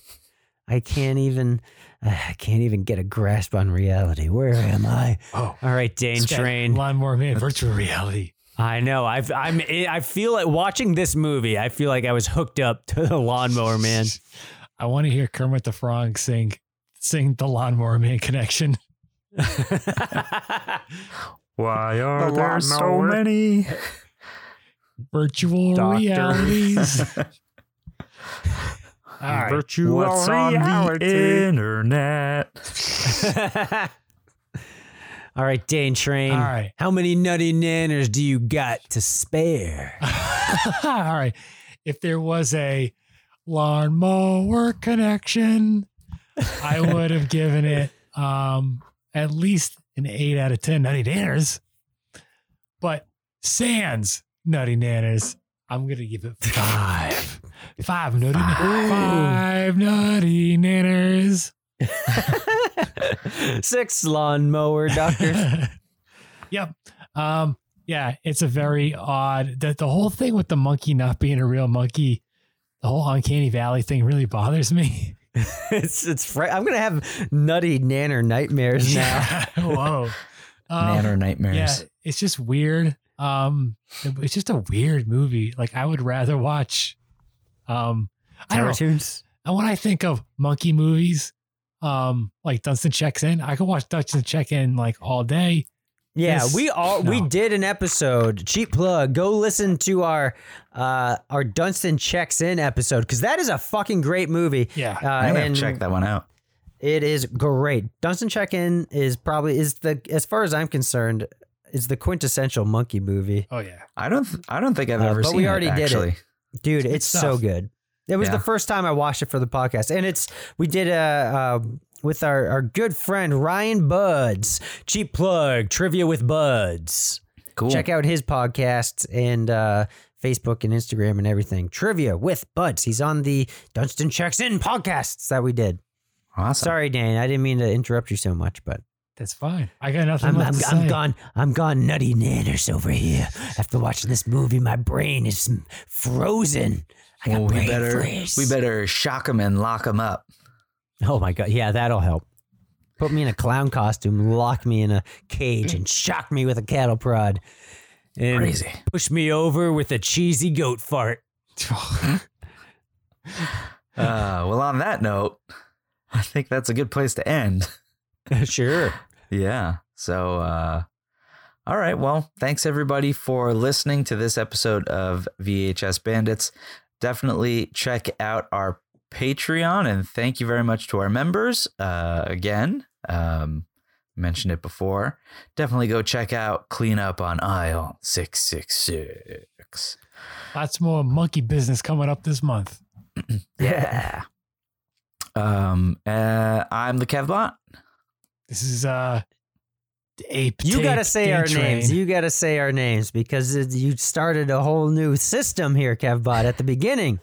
C: i can't even i can't even get a grasp on reality where am i
G: Oh.
C: all right dane
G: It's got
C: train
G: Lawnmower Man virtual reality.
C: I know. I've, I'm. I feel like watching this movie. I feel like I was hooked up to the lawnmower man. (laughs)
G: I want to hear Kermit the Frog sing sing the Lawnmower Man connection. (laughs)
D: Why
G: are The there so lawnmower.
D: many?
G: Virtual
D: Doctor. (laughs)
G: realities. All right.
D: Virtual What's on the internet?
C: (laughs) All right, Dane Train.
G: All right.
C: How many nutty nanners do you got to spare?
G: All right. If there was a lawnmower connection, I would have given it um, at least an eight out of 10 nutty nanners. But Sans nutty nanners, I'm going to give it five. Five nutty, five. nutty nanners.
C: (laughs) Six lawnmower doctors.
G: (laughs) yep. Um, yeah, it's a very odd the, the whole thing with the monkey not being a real monkey, the whole uncanny valley thing really bothers me.
C: it's it's. Fr- I'm gonna have nutty nanner nightmares now.
G: Whoa.
C: Um,
D: Nanner
G: yeah,
D: nightmares.
G: it's just weird. Um it's just a weird movie. Like I would rather watch um I don't know.
C: Cartoons.
G: And when I think of monkey movies, um, like Dunstan Checks In, I could watch Dunstan Check In like all day.
C: Yeah,
G: This-
C: we all we
G: no.
C: did an episode. Cheap plug. Go listen to our uh our Dunstan checks in episode because that is a fucking great movie.
G: Yeah.
C: uh,
D: I'm going
C: and
D: to check that one out.
C: It is great. Dunstan Check In is probably is the as far as I'm concerned is the quintessential monkey movie.
G: Oh yeah.
D: I don't th- I don't think I've
C: Uh,
D: ever
C: but
D: seen
C: we already
D: it,
C: did it.
D: actually.
C: Dude,
G: good
C: it's so
G: stuff.
C: good. It was
D: Yeah.
C: the first time I watched it for the podcast, and it's we did a. Uh, with our, our good friend Ryan Buds, cheap plug trivia with Buds.
D: Cool.
C: Check out his podcast and uh, Facebook and Instagram and everything. Trivia with Buds. He's on the Dunstan Checks In podcasts that we did.
D: Awesome.
C: Sorry, Dane, I didn't mean to interrupt you so much, but
G: That's fine. I got nothing
C: I'm,
G: left
C: I'm,
G: to
C: I'm
G: say.
C: gone. I'm gone. Nutty nanners over here. After watching this movie, my brain is frozen. I got
D: Well,
C: brain
D: we better
C: freeze.
D: we better shock him and lock him up.
C: Oh my god! Yeah, that'll help. Put me in a clown costume, lock me in a cage, and shock me with a cattle prod. And
D: Crazy.
C: Push me over with a cheesy goat fart. (laughs)
D: Uh, well, on that note, I think that's a good place to end.
C: sure.
D: Yeah. So, uh, all right. Well, thanks everybody for listening to this episode of VHS Bandits. Definitely check out our Patreon and thank you very much to our members. Uh, again, um, mentioned it before. Definitely go check out Cleanup on Aisle 666.
G: Lots more monkey business coming up this month.
D: (clears throat) Yeah. um, uh, I'm the Kevbot.
G: This is uh ape.
C: You
G: tape,
C: gotta say
G: day
C: our
G: train.
C: names. You gotta say our names because it, you started a whole new system here, Kevbot, at the beginning.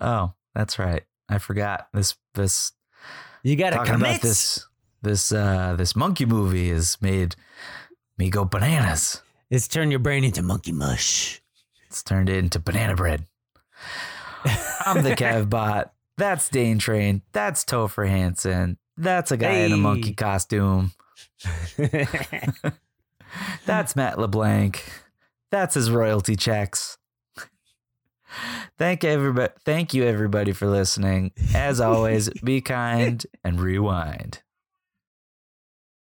D: Oh, that's right. I forgot this this
C: You gotta
D: talking
C: commit.
D: about this this uh this monkey movie has made me go bananas.
C: It's turned your brain into monkey mush.
D: It's turned it into banana bread. I'm the Cavbot. That's Dane Train. That's Topher Hansen. That's a guy in a monkey
C: Hey.
D: costume. That's Matt LeBlanc. That's his royalty checks. Thank everybody. Thank you everybody for listening. As always, be kind and rewind.